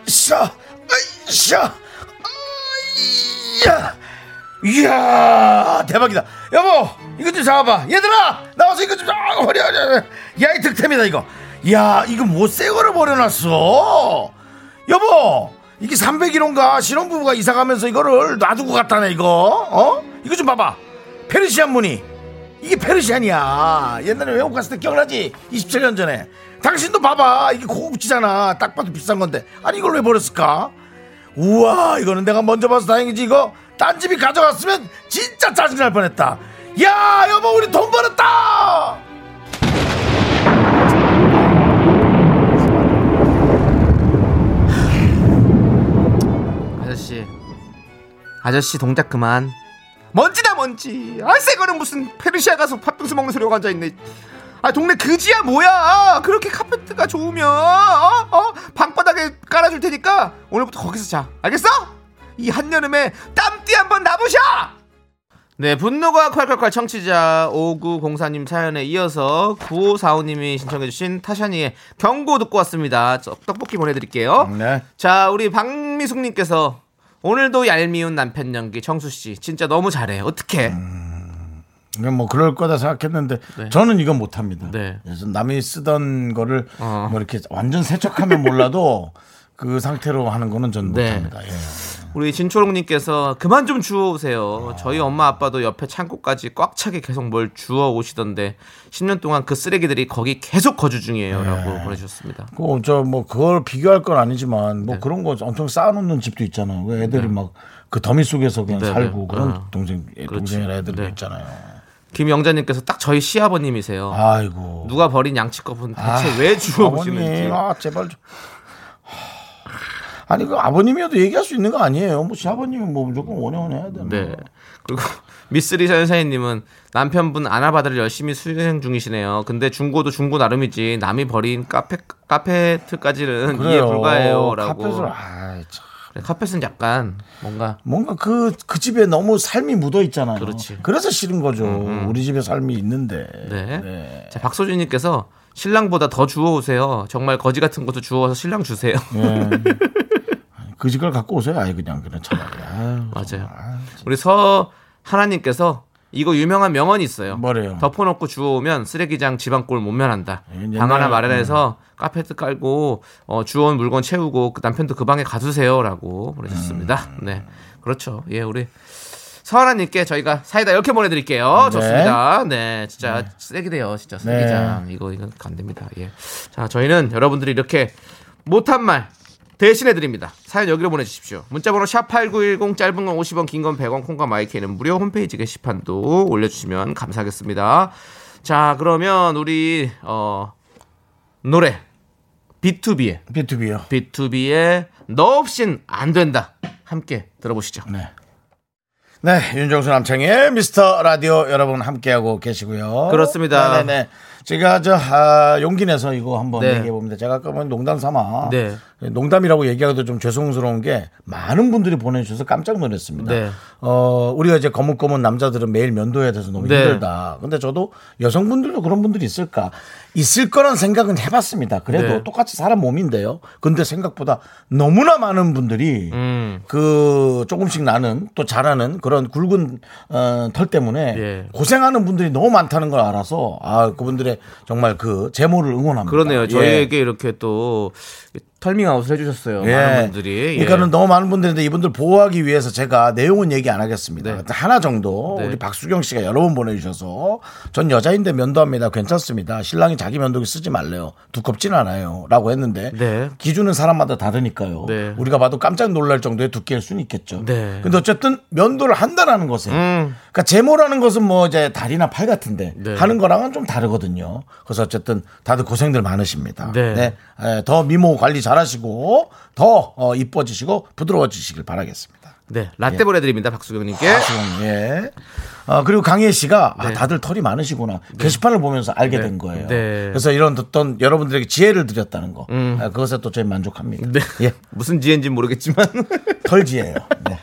Speaker 3: 으쌰, 으쌰, 으쌰. 이야, 대박이다. 여보, 이것 좀 잡아봐. 얘들아, 나와서 이것 좀 잡아. 허리, 허리, 허리. 야, 이 득템이다, 이거. 야, 이거 뭐새 거를 버려놨어. 여보, 이게 301호인가? 신혼부부가 이사가면서 이거를 놔두고 갔다네, 이거. 어? 이거 좀 봐봐. 페르시안 무늬. 이게 페르시안이야. 옛날에 외국 갔을 때 기억나지? 27년 전에. 당신도 봐봐. 이게 고급지잖아. 딱 봐도 비싼 건데. 아니, 이걸 왜 버렸을까? 우와, 이거는 내가 먼저 봐서 다행이지. 이거 딴 집이 가져갔으면 진짜 짜증날 뻔했다. 야, 여보, 우리 돈 벌었다!
Speaker 4: 아저씨 아저씨 동작 그만 먼지다 먼지 아새 거는 무슨 페르시아 가서 팥빙수 먹는 소리가 앉아있네 아 동네 그지야 뭐야 그렇게 카페트가 좋으면 어? 어? 방바닥에 깔아줄 테니까 오늘부터 거기서 자 알겠어? 이 한여름에 땀띠 한번 나보셔 네 분노가 콸콸콸 청취자 5904님 사연에 이어서 9545님이 신청해주신 타샤니의 경고 듣고 왔습니다 저 떡볶이 보내드릴게요
Speaker 3: 네.
Speaker 4: 자, 우리 박미숙님께서 오늘도 얄미운 남편 연기 청수 씨 진짜 너무 잘해. 어떻게?
Speaker 3: 그냥 뭐 그럴 거다 생각했는데 저는 이건 못합니다.
Speaker 4: 네.
Speaker 3: 그래서 남이 쓰던 거를
Speaker 4: 어.
Speaker 3: 뭐 이렇게 완전 세척하면 몰라도 그 상태로 하는 거는 전
Speaker 4: 네.
Speaker 3: 못합니다. 예.
Speaker 4: 우리 진초롱님께서 그만 좀 주워 오세요. 저희 엄마 아빠도 옆에 창고까지 꽉 차게 계속 뭘 주워 오시던데 10년 동안 그 쓰레기들이 거기 계속 거주 중이에요라고 보내주셨습니다.
Speaker 3: 그저뭐 그걸 비교할 건 아니지만
Speaker 4: 네.
Speaker 3: 뭐 그런 거 엄청 쌓아놓는 집도 있잖아요. 그 애들이 막 그 더미 속에서 그냥
Speaker 4: 네,
Speaker 3: 살고
Speaker 4: 네.
Speaker 3: 그런
Speaker 4: 아.
Speaker 3: 동생 동생이나 애들도
Speaker 4: 네.
Speaker 3: 있잖아요.
Speaker 4: 김영자님께서 딱 저희 시아버님이세요.
Speaker 3: 아이고 아,
Speaker 4: 누가 버린 양치컵은 대체 왜 주워 오시는지.
Speaker 3: 아버님, 아 제발 좀. 하, 아니 그 아버님이어도 얘기할 수 있는 거 아니에요. 뭐 시아버님이 뭐 무조건 원형은 해야 되는.
Speaker 4: 네. 그리고 [laughs] 미쓰리 선생님은 남편분 아나바다를 열심히 수행 중이시네요. 근데 중고도 중고 나름이지 남이 버린 카페 카페트까지는 이해 불가해요라고.
Speaker 3: 카펫을 아 참.
Speaker 4: 네, 카펫은 약간 뭔가
Speaker 3: 뭔가 그, 그 집에 너무 삶이 묻어 있잖아요.
Speaker 4: 그렇지. 음,
Speaker 3: 래서 싫은 거죠. 우리 집에 삶이 있는데.
Speaker 4: 네. 자 박소진님께서 신랑보다 더 주워 오세요. 정말 거지 같은 것도 주워서 신랑 주세요. [laughs]
Speaker 3: 예. 네. 그 집을 갖고 오세요. 아예 그냥, 그냥 차라리. 아유,
Speaker 4: 맞아요. 우리 서 하나님께서 이거 유명한 명언이 있어요.
Speaker 3: 뭐래요? 예,
Speaker 4: 덮어놓고 주워오면 쓰레기장 지방골 못 면한다.
Speaker 3: 옛날-
Speaker 4: 방 하나
Speaker 3: 음.
Speaker 4: 마련해서 카페트 깔고 어, 주워온 물건 채우고 그 남편도 그 방에 가두세요라고 보내셨습니다.
Speaker 3: 음.
Speaker 4: 네, 그렇죠. 예, 우리 서하나님께 저희가 사이다 이렇게 보내드릴게요. 좋습니다. 네, 진짜 쓰레기래요. 진짜 쓰레기장 이거 이거 안 됩니다. 예, 자 저희는 여러분들이 이렇게 못한 말 대신해 드립니다. 사연 여기로 보내주십시오. 문자번호 샵 #8910 짧은 건 50원, 긴 건 100원, 콩과 마이크는 무료 홈페이지 게시판도 올려주시면 감사하겠습니다. 자, 그러면 우리 어 노래 B2B의
Speaker 3: B2B요.
Speaker 4: B2B의 너 없인 안 된다 함께 들어보시죠.
Speaker 3: 네. 네, 윤정수 남창의 미스터 라디오 여러분 함께하고 계시고요.
Speaker 4: 그렇습니다.
Speaker 3: 네네. 제가 저 아, 용기 내서 이거 한번
Speaker 4: 네.
Speaker 3: 얘기해 봅니다. 제가 아까 뭐 농담 삼아
Speaker 4: 네.
Speaker 3: 농담이라고 얘기하기도 좀 죄송스러운 게 많은 분들이 보내주셔서 깜짝 놀랐습니다.
Speaker 4: 네.
Speaker 3: 어, 우리가 이제 거뭇거뭇 남자들은 매일 면도해야 돼서 너무
Speaker 4: 네.
Speaker 3: 힘들다. 근데 저도 여성분들도 그런 분들이 있을까? 있을 거란 생각은 해봤습니다. 그래도
Speaker 4: 네.
Speaker 3: 똑같이 사람 몸인데요. 근데 생각보다 너무나 많은 분들이
Speaker 4: 음.
Speaker 3: 그 조금씩 나는 또 자라는 그런 굵은 어, 털 때문에
Speaker 4: 예.
Speaker 3: 고생하는 분들이 너무 많다는 걸 알아서 아 그분들의 정말 그 재물을 응원합니다.
Speaker 4: 그러네요.
Speaker 3: 예.
Speaker 4: 저희에게 이렇게 또 털밍아웃을 해주셨어요.
Speaker 3: 예.
Speaker 4: 많은 분들이. 예.
Speaker 3: 그러니까는 너무 많은 분들인데 이분들 보호하기 위해서 제가 내용은 얘기 안 하겠습니다. 하나 정도
Speaker 4: 네.
Speaker 3: 우리 박수경 씨가 여러 번 보내주셔서 전 여자인데 면도합니다. 괜찮습니다. 신랑이 자기 면도기 쓰지 말래요. 두껍진 않아요.라고 했는데
Speaker 4: 네.
Speaker 3: 기준은 사람마다 다르니까요.
Speaker 4: 네.
Speaker 3: 우리가 봐도 깜짝 놀랄 정도의 두께일 수는 있겠죠.
Speaker 4: 네.
Speaker 3: 근데 어쨌든 면도를 한다라는 것에
Speaker 4: 음.
Speaker 3: 그러니까 제모라는 것은 뭐 이제 다리나 팔 같은데
Speaker 4: 네.
Speaker 3: 하는 거랑은 좀 다르거든요. 그래서 어쨌든 다들 고생들 많으십니다.
Speaker 4: 네.
Speaker 3: 아, 에, 더 미모 관리 잘하시고 더 어, 이뻐지시고 부드러워지시길 바라겠습니다.
Speaker 4: 네, 라떼 보내드립니다. 박수경님께.
Speaker 3: 지금, 예. 어, 그리고 강혜 씨가 아, 다들 털이 많으시구나 게시판을 보면서 알게 된 거예요.
Speaker 4: 네. 음.
Speaker 3: 그래서 이런 어떤 여러분들에게 지혜를 드렸다는 거 아, 그것에 또 저희 만족합니다.
Speaker 4: 네.
Speaker 3: 예.
Speaker 4: 무슨 지혜인지 모르겠지만.
Speaker 3: 털지예요. 네.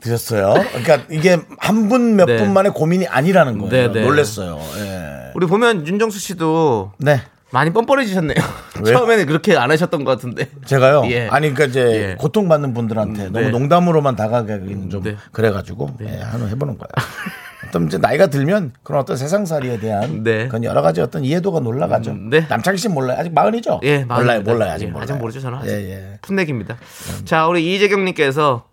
Speaker 3: 드렸어요. 그러니까 이게 한 분 몇 분
Speaker 4: 네.
Speaker 3: 만의 고민이 아니라는 거예요.
Speaker 4: 네, 네.
Speaker 3: 놀랬어요. 예.
Speaker 4: [laughs] 우리 보면 윤정수 씨도
Speaker 3: 네.
Speaker 4: 많이 뻔뻔해지셨네요.
Speaker 3: 왜요?
Speaker 4: 처음에는 그렇게 안 하셨던 것 같은데.
Speaker 3: 제가요.
Speaker 4: 예.
Speaker 3: 아니 그러니까 이제
Speaker 4: 예.
Speaker 3: 고통받는 분들한테 너무
Speaker 4: 네.
Speaker 3: 농담으로만 다가가기는 좀
Speaker 4: 네.
Speaker 3: 그래가지고 예, 한번 해보는 거야. 어떤 이제 나이가 들면 그런 어떤 세상살이에 대한
Speaker 4: 네.
Speaker 3: 그런 여러 가지 어떤 이해도가 놀라가죠.
Speaker 4: 음, 네.
Speaker 3: 남창희 씨 몰라요. 아직 마흔이죠.
Speaker 4: 예,
Speaker 3: 몰라요,
Speaker 4: 마흔입니다.
Speaker 3: 몰라요. 아직
Speaker 4: 예,
Speaker 3: 몰라요.
Speaker 4: 아직 모르죠, 저는 아직.
Speaker 3: 예, 예.
Speaker 4: 풋내기입니다. 자, 우리 이재경님께서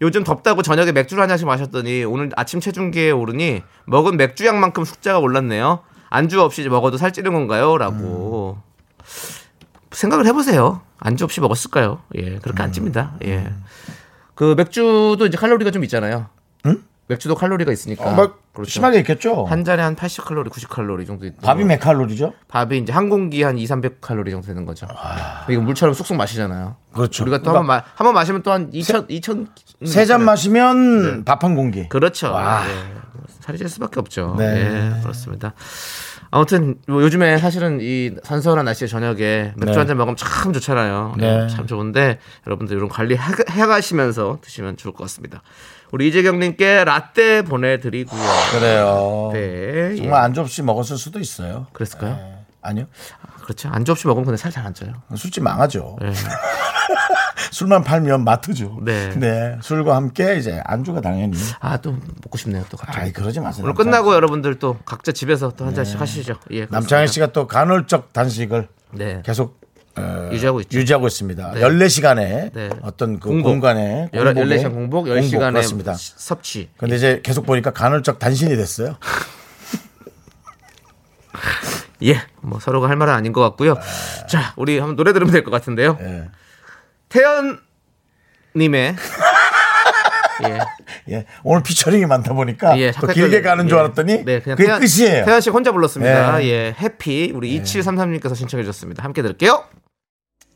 Speaker 4: 요즘 덥다고 저녁에 맥주를 한 잔씩 마셨더니 오늘 아침 체중계에 오르니 먹은 맥주량만큼 숫자가 올랐네요. 안주 없이 먹어도 살찌는 건가요? 라고 생각을 해보세요. 안주 없이 먹었을까요? 예, 그렇게 안 찝니다. 예. 그 맥주도 이제 칼로리가 좀 있잖아요. 맥주도 칼로리가 있으니까.
Speaker 3: 어, 막
Speaker 4: 그렇죠.
Speaker 3: 심하게 있겠죠.
Speaker 4: 한 뭐. 잔에 한 80칼로리, 90칼로리 정도 있고.
Speaker 3: 밥이 몇 칼로리죠?
Speaker 4: 밥이 이제 한 공기 한 2, 300칼로리 정도 되는 거죠. 이거 물처럼 쑥쑥 마시잖아요.
Speaker 3: 그렇죠.
Speaker 4: 우리가 또 한 번 마, 한번 마시면 또 한 2천 2천
Speaker 3: 세 잔 마시면 밥 한 공기.
Speaker 4: 음, 네. 그렇죠.
Speaker 3: 와.
Speaker 4: 예. 살이 찔 수밖에 없죠.
Speaker 3: 네.
Speaker 4: 네. 그렇습니다. 아무튼 뭐 요즘에 사실은 이 선선한 날씨에 저녁에 맥주
Speaker 3: 네.
Speaker 4: 한 잔 먹으면 참 좋잖아요.
Speaker 3: 네.
Speaker 4: 예, 참 좋은데 여러분들 이런 관리 해 가시면서 드시면 좋을 것 같습니다. 우리 이재경님께 라떼 보내드리고요.
Speaker 3: 그래요.
Speaker 4: 네.
Speaker 3: 어, 정말
Speaker 4: 예.
Speaker 3: 안주 없이 먹었을 수도 있어요.
Speaker 4: 그랬을까요?
Speaker 3: 예. 아니요.
Speaker 4: 그렇죠. 안주 없이 먹으면 근데 살 잘 안 쪄요.
Speaker 3: 술집 망하죠. [laughs] 술만 팔면 마트죠.
Speaker 4: 네.
Speaker 3: 술과 함께 이제 안주가 당연히.
Speaker 4: 아 또 먹고 싶네요. 또 갑자기.
Speaker 3: 아이 그러지 마세요.
Speaker 4: 오늘
Speaker 3: 남창희
Speaker 4: 끝나고
Speaker 3: 씨.
Speaker 4: 여러분들 또 각자 집에서 또 한 잔씩 하시죠. 예, 그렇습니다.
Speaker 3: 남창희 씨가 또 간헐적 단식을
Speaker 4: 네.
Speaker 3: 계속 어,
Speaker 4: 유지하고 있죠.
Speaker 3: 유지하고 있습니다. 14시간에
Speaker 4: 네.
Speaker 3: 어떤 그
Speaker 4: 공복.
Speaker 3: 공간에
Speaker 4: 열한-
Speaker 3: 공복에
Speaker 4: 14시간 공복, 10시간의
Speaker 3: 그렇습니다.
Speaker 4: 섭취.
Speaker 3: 근데 이제 계속 보니까 간헐적 단신이 됐어요.
Speaker 4: 예, 뭐 서로가 할 말은 아닌 것 같고요. 자, 우리 한번 노래 들으면 될 것 같은데요.
Speaker 3: 예.
Speaker 4: 태연님의
Speaker 3: [laughs]
Speaker 4: 예,
Speaker 3: 예. 오늘 피처링이 많다 보니까
Speaker 4: 예,
Speaker 3: 또 길게
Speaker 4: 잠깐-
Speaker 3: 가는 줄
Speaker 4: 예.
Speaker 3: 알았더니
Speaker 4: 네, 그냥
Speaker 3: 그게
Speaker 4: 태연,
Speaker 3: 끝이에요.
Speaker 4: 태연 씨 혼자 불렀습니다.
Speaker 3: 예.
Speaker 4: 예, 해피 우리 2733님께서 신청해 주셨습니다. 함께 들을게요.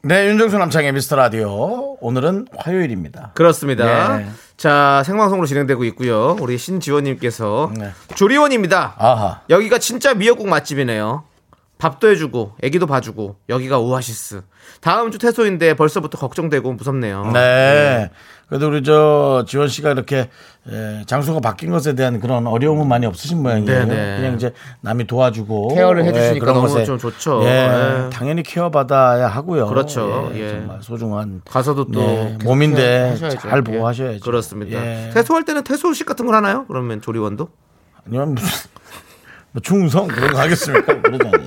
Speaker 3: 네, 윤정수 남창의 미스터 라디오. 오늘은 화요일입니다.
Speaker 4: 그렇습니다.
Speaker 3: 네.
Speaker 4: 자, 생방송으로 진행되고 있고요. 우리 신지원님께서
Speaker 3: 네.
Speaker 4: 조리원입니다.
Speaker 3: 아하.
Speaker 4: 여기가 진짜 미역국 맛집이네요. 밥도 해주고 애기도 봐주고 여기가 오아시스. 다음 주 퇴소인데 벌써부터 걱정되고 무섭네요.
Speaker 3: 네. 그래도 우리 저 지원 씨가 이렇게 에, 장소가 바뀐 것에 대한 그런 어려움은 많이 없으신 모양이에요.
Speaker 4: 네, 네.
Speaker 3: 그냥 이제 남이 도와주고
Speaker 4: 케어를
Speaker 3: 예,
Speaker 4: 해주시니까
Speaker 3: 그런
Speaker 4: 너무
Speaker 3: 것에,
Speaker 4: 좀 좋죠.
Speaker 3: 예,
Speaker 4: 예.
Speaker 3: 당연히 케어 받아야 하고요.
Speaker 4: 그렇죠. 예.
Speaker 3: 정말 소중한
Speaker 4: 가서도 또
Speaker 3: 예,
Speaker 4: 계속
Speaker 3: 몸인데
Speaker 4: 하셔야죠.
Speaker 3: 잘
Speaker 4: 예.
Speaker 3: 보호하셔야죠.
Speaker 4: 그렇습니다.
Speaker 3: 예.
Speaker 4: 퇴소할 때는 퇴소식 같은 걸 하나요? 그러면 조리원도?
Speaker 3: 아니면 무슨 뭐 충성 그런 거 하겠습니까? 그러다니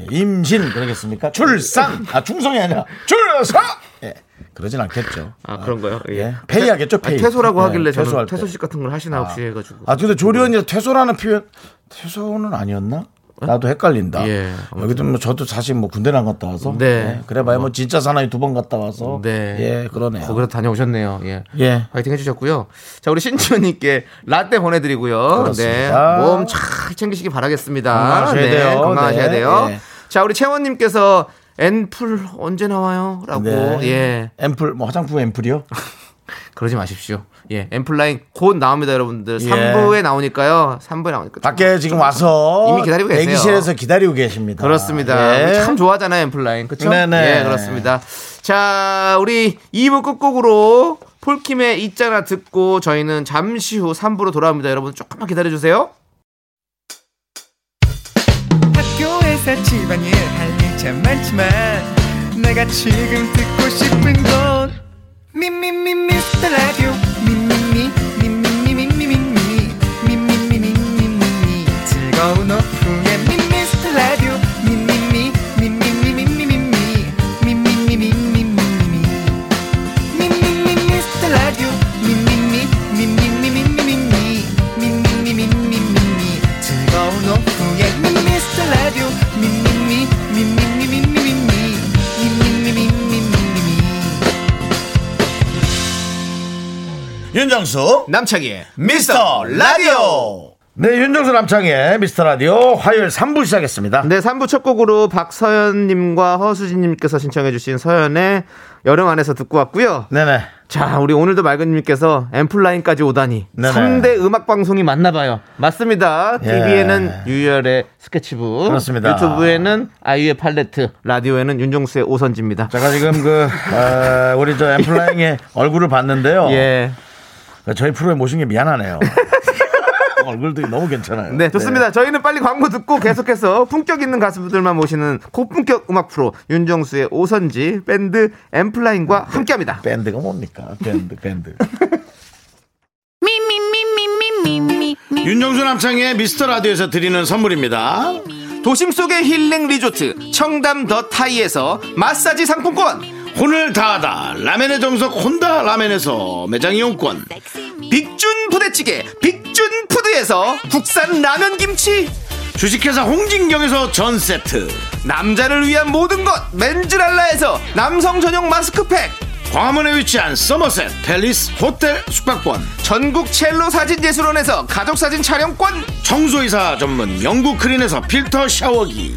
Speaker 3: 예, 임신 그러겠습니까? 출산 아 충성이 아니라 출산 예 그러진 않겠죠.
Speaker 4: 아 그런 거요? 예.
Speaker 3: 예. 페이하겠죠
Speaker 4: 아니,
Speaker 3: 페이.
Speaker 4: 퇴소라고
Speaker 3: 예,
Speaker 4: 하길래
Speaker 3: 퇴소할
Speaker 4: 저는
Speaker 3: 때.
Speaker 4: 퇴소식 같은 걸 하시나 혹시 해가지고.
Speaker 3: 아 근데 조리원이 퇴소라는 표현 퇴소는 아니었나? 나도 헷갈린다.
Speaker 4: 어? 예,
Speaker 3: 여기도 뭐 저도 사실 뭐 군대 안 갔다 와서
Speaker 4: 네.
Speaker 3: 예, 그래봐야 뭐 진짜 사나이 두 번 갔다 와서
Speaker 4: 네.
Speaker 3: 예 그러네요.
Speaker 4: 거기서 다녀오셨네요. 예.
Speaker 3: 예.
Speaker 4: 화이팅 해주셨고요. 자, 우리 신지현님께 라떼 보내드리고요.
Speaker 3: 그렇습니다.
Speaker 4: 네. 몸 잘 챙기시기 바라겠습니다.
Speaker 3: 건강하셔야
Speaker 4: 네,
Speaker 3: 돼요.
Speaker 4: 건강하셔야
Speaker 3: 네.
Speaker 4: 돼요.
Speaker 3: 예.
Speaker 4: 자, 우리 채원님께서 앰플 언제 나와요? 라고.
Speaker 3: 네.
Speaker 4: 예.
Speaker 3: 앰플 뭐 화장품 앰플이요?
Speaker 4: 그러지 마십시오. 예. 앰플라인 곧 나옵니다, 여러분들.
Speaker 3: 예.
Speaker 4: 삼 3부에 나오니까요. 3부에 나오니까.
Speaker 3: 밖에 지금 와서
Speaker 4: 이미 기다리고 계세요.
Speaker 3: 대기실에서 기다리고 계십니다.
Speaker 4: 그렇습니다.
Speaker 3: 예.
Speaker 4: 참 좋아하잖아요, 앰플라인. 그쵸?
Speaker 3: 네네.
Speaker 4: 예, 그렇습니다. 자, 우리 2부 끝곡으로 폴킴의 있잖아 듣고 저희는 잠시 후 3부로 돌아옵니다. 여러분 조금만 기다려주세요.
Speaker 7: 학교에서 집안일 할 일 참 많지만 내가 지금 듣고 싶은 건 미미미 미스터 라디오 미미미 미미미 미미미 미미미 미미미 즐거운 오후에 미스터 라디오 미미미 미미미 미미미 미미미 미미미 미미미
Speaker 3: 윤정수
Speaker 4: 남창희의
Speaker 3: 미스터 라디오. 네, 윤정수 남창의 미스터 라디오 화요일 3부 시작했습니다.
Speaker 4: 네, 3부 첫 곡으로 박서연님과 허수진님께서 신청해주신 서연의 여름 안에서 듣고 왔고요.
Speaker 3: 네네.
Speaker 4: 자, 우리 오늘도 맑은님께서 앰플라인까지 오다니.
Speaker 3: 네네.
Speaker 4: 삼 3대 음악방송이 맞나봐요. 맞습니다.
Speaker 3: 예.
Speaker 4: TV에는 유열의 스케치북.
Speaker 3: 그렇습니다.
Speaker 4: 유튜브에는 아이유의 팔레트. 라디오에는 윤종수의 오선지입니다.
Speaker 3: 제가 지금 그 어, 우리 저 [laughs] 엠플라잉의 얼굴을 봤는데요. 그
Speaker 4: 예.
Speaker 3: 저희 프로에 모신 게 [laughs] 미안하네요. 얼굴들이 너무 괜찮아요.
Speaker 4: 네, 좋습니다. 저희는 빨리 광고 듣고 계속해서 품격 있는 가수들만 모시는 고품격 음악 프로 윤종수의 오선지 밴드 앰플라인과 함께 합니다.
Speaker 3: 네. 밴드가 뭡니까? 밴드, 밴드. [laughs] 윤정수 남창의 미스터 라디오에서 드리는 선물입니다.
Speaker 4: 도심 속의 힐링 리조트 청담 더 타이에서 마사지 상품권
Speaker 3: 혼을 다하다 라멘의 정석 혼다 라멘에서 매장 이용권
Speaker 4: 빅준 부대찌개 빅준 푸드에서 국산 라면 김치
Speaker 3: 주식회사 홍진경에서 전 세트
Speaker 4: 남자를 위한 모든 것 맨즈랄라에서 남성 전용 마스크팩
Speaker 3: 광화문에 위치한 서머셋 팰리스 호텔 숙박권
Speaker 4: 전국 첼로 사진 예술원에서 가족 사진 촬영권
Speaker 3: 청소이사 전문 영국 크린에서 필터 샤워기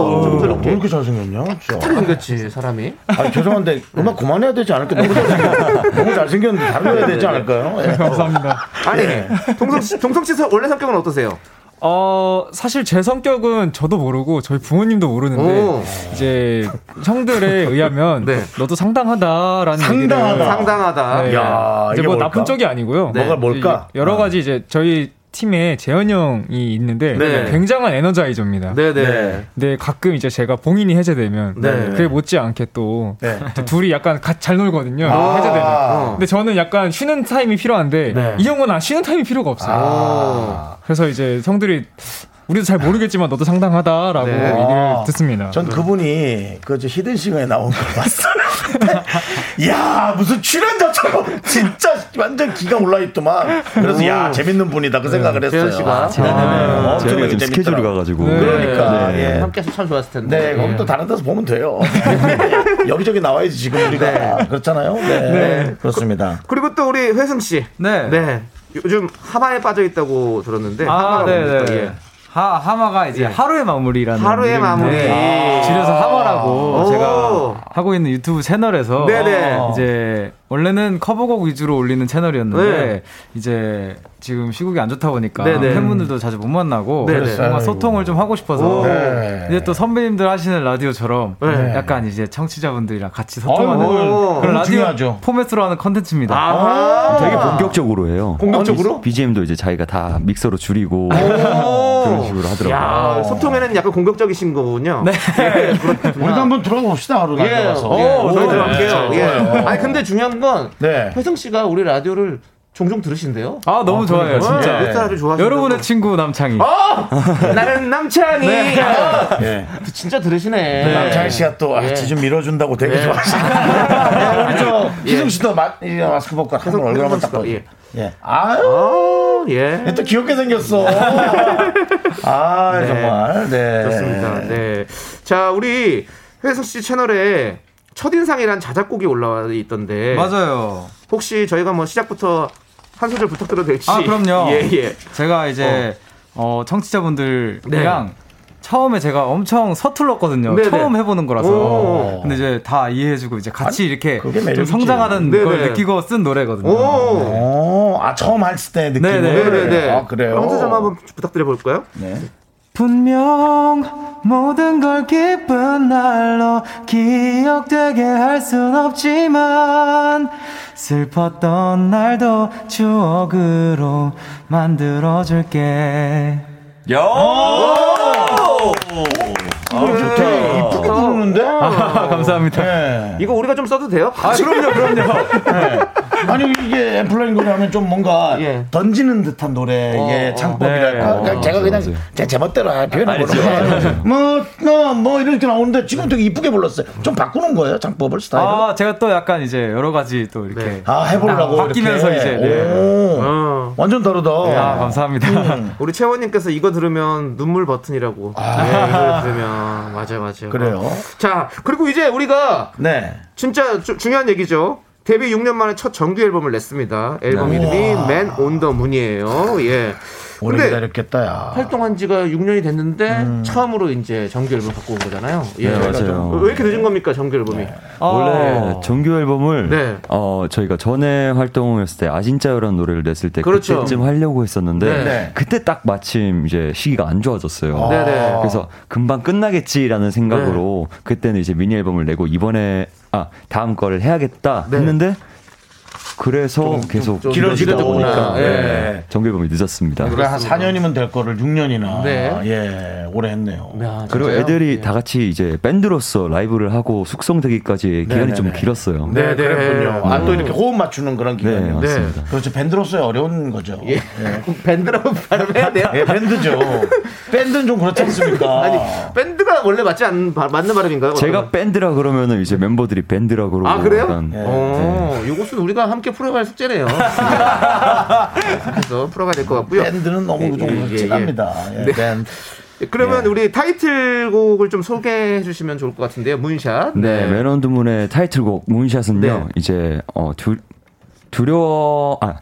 Speaker 4: 아, 좀
Speaker 3: 왜
Speaker 4: 저렇게
Speaker 3: 이렇게 잘생겼냐? 진짜.
Speaker 4: 생겼지 사람이.
Speaker 3: 아
Speaker 4: [laughs]
Speaker 3: 죄송한데 음악 그만해야 되지 않을까요? 너무 잘생겼, 너무 잘생겼는데 다른 거
Speaker 4: 네,
Speaker 3: 해야 되지 않을까요? 예.
Speaker 4: [laughs] 아니 동성 씨, 동성 씨 서- 원래 성격은 어떠세요?
Speaker 8: 어 사실 제 성격은 저도 모르고 저희 부모님도 모르는데
Speaker 4: 오.
Speaker 8: 이제 형들에 의하면
Speaker 4: 네.
Speaker 8: 너도 상당하다라는
Speaker 3: 상당하다.
Speaker 8: 얘기를
Speaker 4: 상당하다.
Speaker 8: 네.
Speaker 3: 야,
Speaker 8: 이제
Speaker 3: 이게
Speaker 8: 뭐
Speaker 3: 뭘까?
Speaker 8: 나쁜 쪽이 아니고요.
Speaker 3: 뭐가 뭘까?
Speaker 8: 이제 여러 가지 이제 저희 팀에 재현 형이 있는데
Speaker 4: 네.
Speaker 8: 굉장한 에너자이저입니다.
Speaker 4: 네네.
Speaker 8: 근데 가끔 이제 제가 봉인이 해제되면
Speaker 4: 네.
Speaker 8: 그게 못지않게 또
Speaker 3: 네.
Speaker 8: 또 둘이 약간 가- 잘 놀거든요.
Speaker 3: 아.
Speaker 8: 해제되면.
Speaker 4: 어.
Speaker 3: 아.
Speaker 4: 네.
Speaker 8: 근데 저는 약간 쉬는 타임이 필요한데 이 형은 아 쉬는 타임이 필요가 없어요.
Speaker 3: 아.
Speaker 8: 그래서 이제 형들이 우리도 잘 모르겠지만 너도 상당하다라고
Speaker 4: 네.
Speaker 8: 얘기를
Speaker 3: 아.
Speaker 8: 듣습니다.
Speaker 3: 전 그분이 그저 히든 싱어에 나온 걸 봤어요. [laughs] 야 무슨 출연자처럼 [laughs] 진짜 완전 기가 올라있더만. 그래서 야 재밌는 분이다 그 생각을 했어요.
Speaker 4: 재현 씨가?
Speaker 3: 네네네.
Speaker 9: 저희가 지금
Speaker 3: 어, 재밌더라고요.
Speaker 9: 스케줄이 가가지고.
Speaker 8: 네.
Speaker 3: 그러니까
Speaker 9: 네.
Speaker 3: 예.
Speaker 4: 함께해서 참 좋았을 텐데.
Speaker 3: 네, 거기 또 다른 데서 보면 돼요. 여기저기 나와야지 지금 우리가 그렇잖아요. 네, 그렇습니다.
Speaker 4: 그리고 또 우리 회승 씨.
Speaker 10: 네.
Speaker 4: 네. 요즘 하마에 빠져 있다고 들었는데
Speaker 11: 아,
Speaker 4: 하마가
Speaker 11: 네네. 음,
Speaker 4: 뭡니까? 예.
Speaker 11: 하, 하마가 이제
Speaker 4: 예.
Speaker 11: 하루의 마무리라는
Speaker 4: 하루의
Speaker 11: 이름인데 아.
Speaker 4: 마무리.
Speaker 11: 줄여서 하마라고
Speaker 4: 아. 오.
Speaker 11: 네. 제가 하고 있는 유튜브 채널에서
Speaker 4: 네네.
Speaker 11: 이제 원래는 커버곡 위주로 올리는 채널이었는데
Speaker 4: 네.
Speaker 11: 이제 지금 시국이 안 좋다 보니까
Speaker 4: 네네.
Speaker 11: 팬분들도 자주 못 만나고
Speaker 4: 네네.
Speaker 11: 뭔가 소통을 좀 하고 싶어서
Speaker 4: 오. 네.
Speaker 11: 이제 또 선배님들 하시는 라디오처럼
Speaker 4: 네.
Speaker 11: 약간 이제 청취자분들이랑 같이
Speaker 3: 아유,
Speaker 11: 소통하는
Speaker 3: 그걸
Speaker 11: 그런 라디오
Speaker 3: 중요하죠.
Speaker 11: 포맷으로 하는 컨텐츠입니다.
Speaker 4: 아하.
Speaker 9: 되게 본격적으로 해요.
Speaker 4: 공격적으로?
Speaker 9: BGM도 이제 자기가 다 믹서로 줄이고
Speaker 4: 오.
Speaker 9: 그런 식으로 하더라고요.
Speaker 4: 야, 소통에는 약간 공격적이신 거군요. 네.
Speaker 3: 우리도 한번 들어가 봅시다 하루
Speaker 4: 아. 예.
Speaker 3: 날려서.
Speaker 4: 어, 저희 들어갈게요.
Speaker 3: 네,
Speaker 4: 예.
Speaker 3: 좋아요.
Speaker 4: 아니 근데 중요한 건
Speaker 3: 네.
Speaker 4: 회성 씨가 우리 라디오를 종종 들으신대요.
Speaker 11: 아 너무 좋아요 진짜.
Speaker 4: 네. 라디오 좋아하시는
Speaker 11: 여러분의 친구 남창희.
Speaker 4: 어! 나는 남창이. 아,
Speaker 3: 예.
Speaker 4: 진짜 들으시네.
Speaker 3: 남창희 씨가 또
Speaker 4: 예.
Speaker 3: 같이 좀 밀어준다고 되게
Speaker 4: 예.
Speaker 3: 네. 좋아하시네. 우리 [laughs] 저
Speaker 4: 예.
Speaker 3: 희승 씨도 마, 이 마스크 벗고 한번 얼굴 한번 딱
Speaker 4: 회성
Speaker 3: 봐.
Speaker 4: 씨도,
Speaker 3: 예. 네. 아유,
Speaker 4: 어, 예.
Speaker 3: 얘또 귀엽게 생겼어. [laughs] 아 정말. 네.
Speaker 4: 좋습니다. 네. 자, 우리 회석 씨 채널에 첫인상이란 자작곡이 올라와 있던데.
Speaker 11: 맞아요.
Speaker 4: 혹시 저희가 뭐 시작부터 한 소절 부탁드려도 될지.
Speaker 11: 아 그럼요.
Speaker 4: [laughs] 예, 예.
Speaker 11: 제가 이제 어, 청취자분들이랑
Speaker 4: 네.
Speaker 11: 처음에 제가 엄청 서툴렀거든요.
Speaker 4: 네네.
Speaker 11: 처음 해보는 거라서.
Speaker 4: 오.
Speaker 11: 근데 이제 다 이해해주고 이제 같이 이렇게
Speaker 3: 그게
Speaker 11: 좀
Speaker 3: 매력이지.
Speaker 11: 성장하는
Speaker 4: 네네.
Speaker 11: 걸 느끼고 쓴 노래거든요.
Speaker 4: 오.
Speaker 3: 오, 아 처음 했을 때 느낌.
Speaker 11: 네, 네,
Speaker 4: 네, 네.
Speaker 3: 아 그래요.
Speaker 4: 그럼 한 소절 한번 부탁드려 볼까요?
Speaker 11: 분명 모든 걸 기쁜 날로 기억되게 할 순 없지만 슬펐던 날도 추억으로 만들어줄게.
Speaker 3: 아, 좋다. 이쁘게 부르는데.
Speaker 11: 아, 감사합니다.
Speaker 3: 네.
Speaker 4: 어. 이거 우리가 좀 써도 돼요?
Speaker 11: 아, 그럼요, 그럼요.
Speaker 3: 아니 이게 앰플라잉 노래 하면 좀 뭔가
Speaker 4: 예.
Speaker 3: 던지는 듯한 노래의
Speaker 4: 어,
Speaker 3: 창법이랄까
Speaker 9: 네.
Speaker 3: 그러니까
Speaker 9: 어,
Speaker 3: 제가 그냥
Speaker 9: 맞아요.
Speaker 3: 제 제멋대로 표현한
Speaker 9: 알죠, 알죠.
Speaker 3: 거로 뭐뭐 뭐 이렇게 나오는데 지금 되게 이쁘게 불렀어요 좀 바꾸는 거예요 창법을 스타일을 아,
Speaker 11: 아, 제가 또 약간 이제 여러 가지 또 이렇게.
Speaker 4: 네.
Speaker 3: 해보려고
Speaker 11: 아, 바뀌면서
Speaker 3: 이렇게.
Speaker 11: 이제, 네.
Speaker 3: 오,
Speaker 4: 어.
Speaker 3: 완전 다르다
Speaker 11: 아, 감사합니다. [laughs]
Speaker 4: 우리 채원님께서 이거 들으면 눈물 버튼이라고.
Speaker 11: 아.
Speaker 4: 예, 이거 들으면 맞아요, 맞아요.
Speaker 3: 그래요
Speaker 4: 자, 그리고 이제 우리가
Speaker 3: 네
Speaker 4: 진짜 주- 중요한 얘기죠. 데뷔 6년 만에 첫 정규 앨범을 냈습니다.
Speaker 11: 네.
Speaker 4: 앨범 이름이 맨 온 더 문이에요. 예.
Speaker 3: 오래
Speaker 4: 근데
Speaker 3: 기다렸겠다 야
Speaker 4: 아. 활동한 지가 6년이 됐는데 처음으로 이제 정규 앨범 갖고 온 거잖아요. 예. 아,
Speaker 9: 네, 맞아요. 아,
Speaker 4: 왜 이렇게 늦은 겁니까 정규 앨범이?
Speaker 9: 원래 정규 앨범을
Speaker 4: 네.
Speaker 9: 어 저희가 전에 활동했을 때 아진짜요라는 노래를 냈을 때
Speaker 4: 그렇죠.
Speaker 9: 때쯤 하려고 했었는데
Speaker 4: 네.
Speaker 3: 네.
Speaker 9: 그때 딱 마침 이제 시기가 안 좋아졌어요.
Speaker 4: 네네.
Speaker 9: 그래서 금방 끝나겠지라는 생각으로 그때는 이제 미니 앨범을 내고 이번에 아 다음 거를 해야겠다
Speaker 4: 네.
Speaker 9: 했는데 그래서 계속
Speaker 4: 좀
Speaker 9: 길어지다
Speaker 4: 길어졌구나.
Speaker 9: 보니까
Speaker 4: 예.
Speaker 9: 네, 정규 앨범이 늦었습니다.
Speaker 3: 그래 한 4년이면 될 거를 6년이나
Speaker 4: 네.
Speaker 3: 예 오래 했네요
Speaker 4: 야,
Speaker 9: 그리고
Speaker 4: 진짜요?
Speaker 9: 애들이 다 같이 이제 밴드로서 라이브를 하고 숙성되기까지 기간이 좀
Speaker 3: 네네네.
Speaker 9: 길었어요.
Speaker 4: 네, 네.
Speaker 3: 그랬군요 아 또 이렇게 호흡 맞추는 그런
Speaker 9: 네,
Speaker 3: 기간이요
Speaker 9: 맞습니다.
Speaker 3: 그렇죠 밴드로서의 어려운 거죠
Speaker 4: 예. 밴드라고 [laughs] 발음해야 돼요?
Speaker 3: 예, 밴드죠. 밴드는 좀 그렇지
Speaker 9: [laughs]
Speaker 3: 않습니까?
Speaker 4: 아니 밴드가 원래 맞지 않는 바- 맞는 발음인가요?
Speaker 3: 어.
Speaker 9: 제가 밴드라 그러면은 이제 멤버들이 밴드라 그러고
Speaker 4: 아 그래요?
Speaker 9: 약간
Speaker 3: 네.
Speaker 9: 네.
Speaker 4: 어, 이것은 우리가 함께 풀어갈
Speaker 9: [laughs]
Speaker 4: 숙제네요. 그래서 풀어가야 될 것 같고요.
Speaker 9: 네.
Speaker 3: 밴드는 너무
Speaker 4: 예,
Speaker 3: 좀
Speaker 4: 예, 예, 예.
Speaker 3: 진합니다. 예,
Speaker 4: 네.
Speaker 3: 밴드.
Speaker 9: 네.
Speaker 4: 그러면 우리 타이틀곡을 좀 소개해 주시면 좋을 것 같은데요. 문샷.
Speaker 9: 네, 맨원드문의 타이틀곡 문샷은요.
Speaker 4: 네.
Speaker 9: 이제 어 두, 두려워 아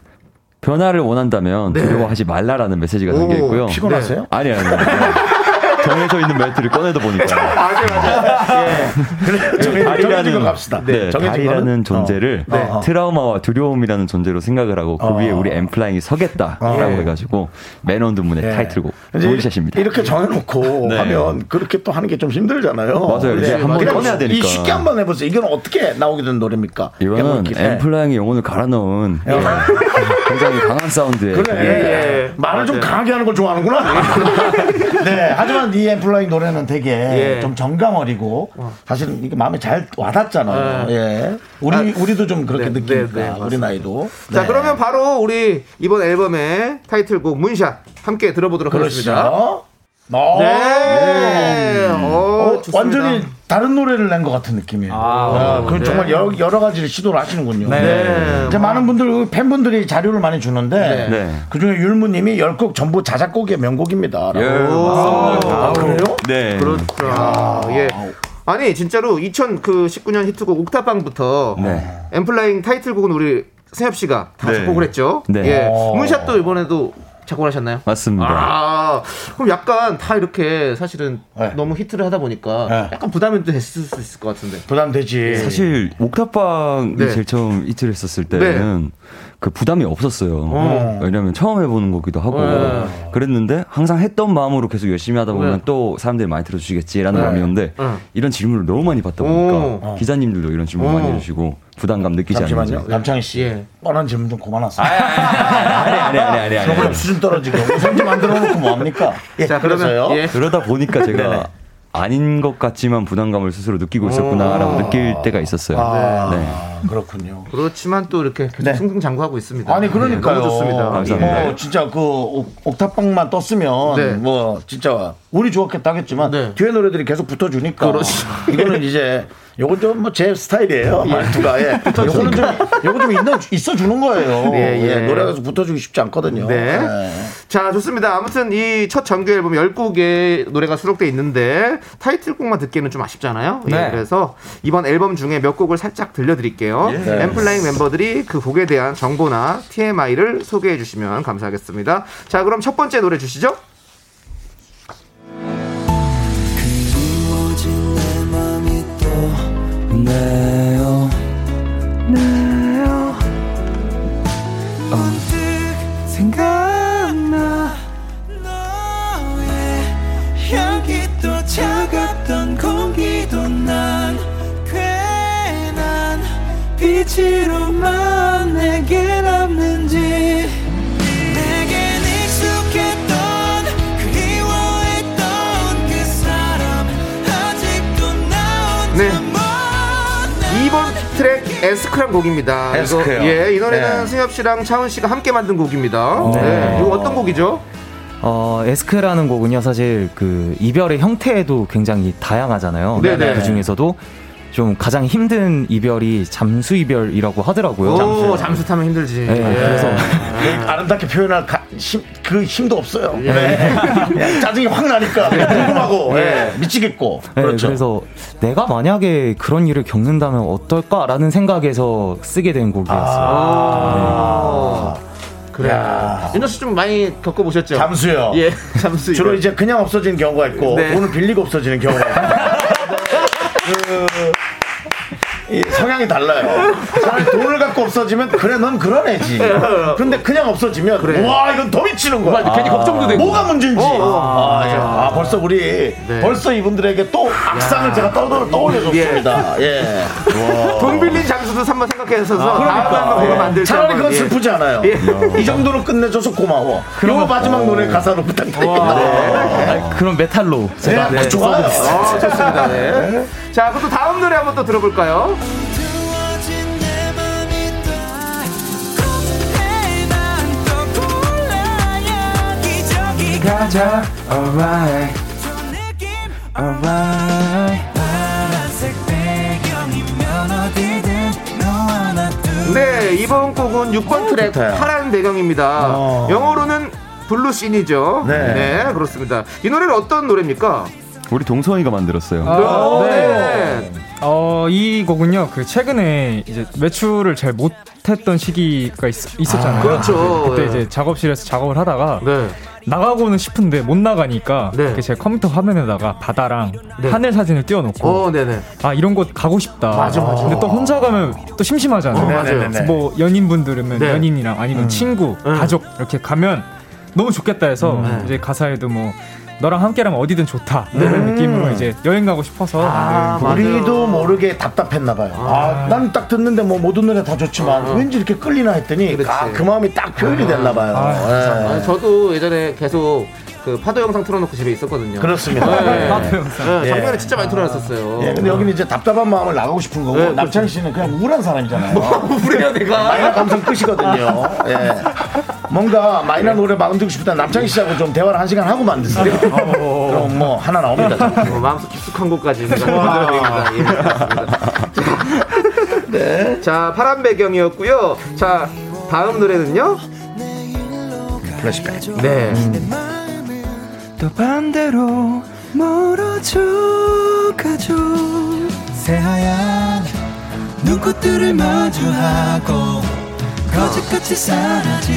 Speaker 9: 변화를 원한다면 두려워하지 말라라는 메시지가 담겨
Speaker 4: 오,
Speaker 9: 있고요.
Speaker 3: 네. 피곤하세요?
Speaker 9: 아니 아니. 아니. [laughs] 정해져 있는 멘트를
Speaker 3: [laughs]
Speaker 9: 꺼내다 보니까
Speaker 4: 맞아요, 맞아요.
Speaker 3: 예. 그래 정해진 정해진 거 갑시다.
Speaker 9: 네,
Speaker 3: 정해진 거는
Speaker 9: 달이라는 존재를
Speaker 3: 어. 네.
Speaker 9: 트라우마와 두려움이라는 존재로 생각을 하고 그 위에 우리 엠플라잉이 서겠다라고 해가지고 맨원드문의
Speaker 3: 어. 예.
Speaker 9: 타이틀곡
Speaker 3: 이제
Speaker 9: 문샷입니다. 예.
Speaker 3: 이렇게 정해놓고
Speaker 9: 네.
Speaker 3: 하면 그렇게 또 하는 게 좀 힘들잖아요. 네.
Speaker 9: 맞아요. 이제 한번
Speaker 3: 그냥
Speaker 9: 꺼내야 되니까.
Speaker 3: 이 쉽게 한번 해보세요. 이건 어떻게 나오게 된 노래입니까?
Speaker 9: 이거는
Speaker 3: 양극기. 네.
Speaker 9: 엠플라잉의 영혼을 갈아 넣은 예, 굉장히 강한 사운드의
Speaker 3: 그래.
Speaker 4: 예, 예.
Speaker 3: 네. 말을 좀
Speaker 4: 맞아요.
Speaker 3: 강하게 하는 걸 좋아하는구나. [laughs] 네. 하지만 이 엠플라잉 노래는 되게
Speaker 4: 예.
Speaker 3: 좀 정감 어리고 사실은 이게 마음에 잘 와닿잖아요.
Speaker 4: 네.
Speaker 3: 예. 우리
Speaker 4: 아,
Speaker 3: 우리도 좀 그렇게
Speaker 4: 네,
Speaker 3: 느끼니까
Speaker 4: 네, 네,
Speaker 3: 우리
Speaker 4: 맞습니다.
Speaker 3: 나이도.
Speaker 4: 자,
Speaker 3: 네.
Speaker 4: 그러면 바로 우리 이번 앨범의 타이틀곡 문샷 함께 들어보도록 하겠습니다.
Speaker 3: 그렇죠. 어,
Speaker 4: 네.
Speaker 3: 어,
Speaker 4: 어, 좋습니다.
Speaker 3: 완전히 다른 노래를 낸 것 같은 느낌이에요. 아, 그걸
Speaker 4: 네.
Speaker 3: 정말 여러, 여러 가지를 시도를 하시는군요.
Speaker 4: 네.
Speaker 3: 이제 많은 분들, 팬분들이 자료를 많이 주는데,
Speaker 4: 네.
Speaker 9: 네.
Speaker 3: 그 중에 율무님이 10곡 전부 자작곡의 명곡입니다. 라고.
Speaker 9: 예.
Speaker 3: 아, 그래요?
Speaker 9: 네.
Speaker 4: 어, 그렇죠. 예. 아니 진짜로 2019년 히트곡 옥탑방부터
Speaker 9: 네.
Speaker 4: 엠플라잉 타이틀곡은 우리 세엽 씨가 다
Speaker 9: 네.
Speaker 4: 작곡을 했죠.
Speaker 9: 네.
Speaker 4: 예.
Speaker 3: 어.
Speaker 9: 오.
Speaker 4: 문샷도 이번에도 작곡을 하셨나요?
Speaker 3: 네.
Speaker 9: 맞습니다.
Speaker 4: 아, 그럼 약간 다 이렇게 사실은
Speaker 3: 네.
Speaker 4: 너무 히트를 하다 보니까 약간 부담이 또 됐을 수 있을 것 같은데.
Speaker 3: 부담되지.
Speaker 9: 사실 옥탑방이
Speaker 4: 네.
Speaker 9: 제일 처음 이틀 했었을 때는 그 부담이 없었어요.
Speaker 4: 어.
Speaker 9: 왜냐면 처음 해보는 거기도 하고
Speaker 4: 네.
Speaker 9: 그랬는데 항상 했던 마음으로 계속 열심히 하다 보면
Speaker 4: 네.
Speaker 9: 또 사람들이 많이 들어주시겠지라는
Speaker 4: 네.
Speaker 9: 마음이었는데
Speaker 4: 네.
Speaker 9: 이런 질문을 너무 많이 받다 보니까 기자님들도 이런 질문
Speaker 3: 어.
Speaker 9: 많이 해주시고 부담감 느끼지 않는지.
Speaker 3: 잠시만요. 남창희 씨. 뻔한 질문 좀 그만하세요.
Speaker 9: 아니, 아니, 아니, 아니.
Speaker 3: 프로그램 수준 떨어지고 우선지 만들어 놓고 뭐합니까? 예,
Speaker 9: 자,
Speaker 3: 그래서요.
Speaker 9: 그러다 보니까 제가 아닌 것 같지만 부담감을 스스로 느끼고 있었구나라고
Speaker 4: 오.
Speaker 9: 느낄 때가 있었어요. 네.
Speaker 4: 아.
Speaker 3: 그렇군요.
Speaker 4: 그렇지만 또 이렇게 계속 승승장구하고 있습니다.
Speaker 3: 네. 아니 그러니까요.
Speaker 4: 예, 너무 좋습니다.
Speaker 3: 뭐
Speaker 4: 예.
Speaker 3: 진짜 그 옥- 옥탑방만 떴으면
Speaker 4: 네.
Speaker 3: 뭐 진짜 운이 좋았겠다 하겠지만 뒤에 노래들이 계속 붙어주니까 [laughs] 이거는 이제 요건 좀 뭐 제 스타일이에요
Speaker 4: 그렇죠. 예.
Speaker 3: 말투가 예. 요거는 좀 요거 좀 있는 있어 주는 거예요.
Speaker 4: 예, 예.
Speaker 3: 예, 노래가 계속 붙어주기 쉽지 않거든요.
Speaker 4: 네.
Speaker 3: 예.
Speaker 4: 자, 좋습니다. 아무튼 이 첫 정규 앨범 10곡의 노래가 수록돼 있는데 타이틀곡만 듣기에는 좀 아쉽잖아요. 예,
Speaker 3: 네.
Speaker 4: 그래서 이번 앨범 중에 몇 곡을 살짝 들려드릴게요.
Speaker 3: 네.
Speaker 4: 엠플라잉 멤버들이 그 곡에 대한 정보나 TMI를 소개해 주시면 감사하겠습니다. 자, 그럼 첫 번째 노래 주시죠.
Speaker 6: 그리워진 내 맘이 또 내요 내요 문득 생각나 너의 향기 또 차갑던 공기도 난 괜한 빛으로만 내게 남는지 내겐 익숙했던 그리워했던 그 사람 아직도 나 혼자
Speaker 4: 네. 2번 트랙 에스크란 곡입니다. 이거-
Speaker 9: 에스크요.
Speaker 4: 예, 이 노래는
Speaker 9: 네.
Speaker 4: 승엽 씨랑 차은 씨가 함께 만든 곡입니다.
Speaker 10: 네.
Speaker 4: 네. 이거 어떤 곡이죠?
Speaker 10: 어, 에스크라는 곡은요, 사실 그 이별의 형태에도 굉장히 다양하잖아요.
Speaker 4: 네네.
Speaker 10: 그 중에서도 좀 가장 힘든 이별이 잠수 이별이라고 하더라고요.
Speaker 4: 오, 잠수 타면 힘들지. 예.
Speaker 10: 네, 그래서
Speaker 3: 아름답게 표현할 가- 힘, 그 힘도 없어요.
Speaker 10: 예.
Speaker 3: 네. 예, 짜증이 확 나니까
Speaker 4: 네.
Speaker 3: 궁금하고 예, 미치겠고
Speaker 10: 네,
Speaker 3: 그렇죠.
Speaker 10: 래서 내가 만약에 그런 일을 겪는다면 어떨까라는 생각에서 쓰게 된 곡이었어요.
Speaker 4: 아. 그래. 윤정 씨좀 많이 겪어보셨죠?
Speaker 3: 잠수요.
Speaker 4: 예, [laughs] 잠수.
Speaker 3: 주로
Speaker 4: 이별.
Speaker 3: 이제 그냥 없어지는 경우가 있고
Speaker 4: 네.
Speaker 3: 돈을 빌리고 없어지는 경우가 있고 그, 이 성향이 달라요. 차라리 돈을 갖고 없어지면 그래 넌 그런 애지. 그런데 네. 그냥 없어지면
Speaker 4: 그래.
Speaker 3: 와 이건 더 미치는 거야.
Speaker 4: 맞아, 괜히 걱정도 되고.
Speaker 3: 뭐가 문제인지.
Speaker 4: 어, 어.
Speaker 3: 아, 예. 아, 벌써 우리
Speaker 4: 네.
Speaker 3: 벌써 이분들에게 또 악상을 제가 떠돌 떠올려줬습니다. 예.
Speaker 4: 돈 빌린 잠수도 한번 생각해서 다음에
Speaker 3: 그러니까.
Speaker 4: 한번 그거
Speaker 3: 예.
Speaker 4: 만들자.
Speaker 3: 차라리
Speaker 4: 한번.
Speaker 3: 그건
Speaker 4: 예.
Speaker 3: 슬프지 않아요.
Speaker 4: 예.
Speaker 3: 이 정도로 끝내줘서 고마워. 요 마지막 노래 가사로 부탁드립니다.
Speaker 4: 와.
Speaker 10: 아, 그럼 메탈로 제가
Speaker 3: 네, 그 좋아요.
Speaker 4: 아, 좋습니다. 네. 자, 그럼 또 다음 노래 한번 또 들어볼까요?
Speaker 6: 가자 alright alright 파란색 배경이면 어디든 너와 나
Speaker 4: 네, 이번 곡은
Speaker 3: 어,
Speaker 4: 6번 트랙
Speaker 6: 좋다요.
Speaker 4: 파란 배경입니다.
Speaker 6: 어.
Speaker 4: 영어로는 블루 씬이죠. 네.
Speaker 9: 네.
Speaker 4: 그렇습니다. 이 노래는 어떤 노래입니까?
Speaker 9: 우리 동성이가 만들었어요.
Speaker 8: 아,
Speaker 4: 네.
Speaker 8: 어, 이 곡은요, 그 최근에 이제 매출을 잘 못했던 시기가 있, 었잖아요
Speaker 4: 아, 그렇죠.
Speaker 8: 그때
Speaker 4: 예.
Speaker 8: 이제 작업실에서 작업을 하다가
Speaker 4: 네.
Speaker 8: 나가고는 싶은데 못 나가니까 이렇게 제 컴퓨터 화면에다가 바다랑 하늘 사진을 띄워놓고
Speaker 4: 네.
Speaker 3: 음.
Speaker 4: 어, 네네.
Speaker 8: 아 이런 곳 가고 싶다.
Speaker 4: 맞아, 맞아.
Speaker 8: 근데 또 혼자 가면 또 심심하잖아요.
Speaker 4: 어, 맞아요. 네네네.
Speaker 8: 뭐 연인분들은
Speaker 4: 네.
Speaker 8: 연인이랑 아니면
Speaker 10: 음.
Speaker 8: 친구, 가족 이렇게 가면 너무 좋겠다 해서
Speaker 10: 음. 네.
Speaker 8: 이제 가사에도 뭐 너랑 함께라면 어디든 좋다 뭐 이런
Speaker 10: 음.
Speaker 8: 느낌으로 이제 여행 가고 싶어서
Speaker 10: 아.
Speaker 8: 만든 곡.
Speaker 3: 우리도 모르게 답답했나 봐요. 아, 난 딱 듣는데 뭐 모든 노래 다 좋지만 왠지 이렇게 끌리나 했더니 아, 그 마음이 딱 표현이 됐나 봐요. 예.
Speaker 4: 아, 저도 예전에 계속 그 파도 영상 틀어놓고 집에 있었거든요.
Speaker 3: 그렇습니다.
Speaker 4: 네.
Speaker 3: 파도
Speaker 4: 영상. 네, 작년에 진짜 많이 틀어놨었어요.
Speaker 3: 예, 근데 여기는 이제 답답한 마음을 나가고 싶은 거고
Speaker 4: 네,
Speaker 3: 남창희 씨는 그냥 우울한 사람이잖아요.
Speaker 4: 우울해요, 내가.
Speaker 3: 마이너 감성 끝이거든요. 예. 뭔가 마이너 노래 마음 듣고 싶다 남창희 씨하고 좀 대화를 한 시간 하고 만드세요. 그럼 뭐 하나 나옵니다.
Speaker 4: 어, 마음속 깊숙한 곳까지 제가 예, 알겠습니다. 네. 자, 파란 배경이었고요. 자, 다음 노래는요.
Speaker 3: 플래시백.
Speaker 4: 네.
Speaker 6: 음. 또 반대로 멀어져 가죠 새하얀 눈꽃들을 마주하고 거짓같이 사라지죠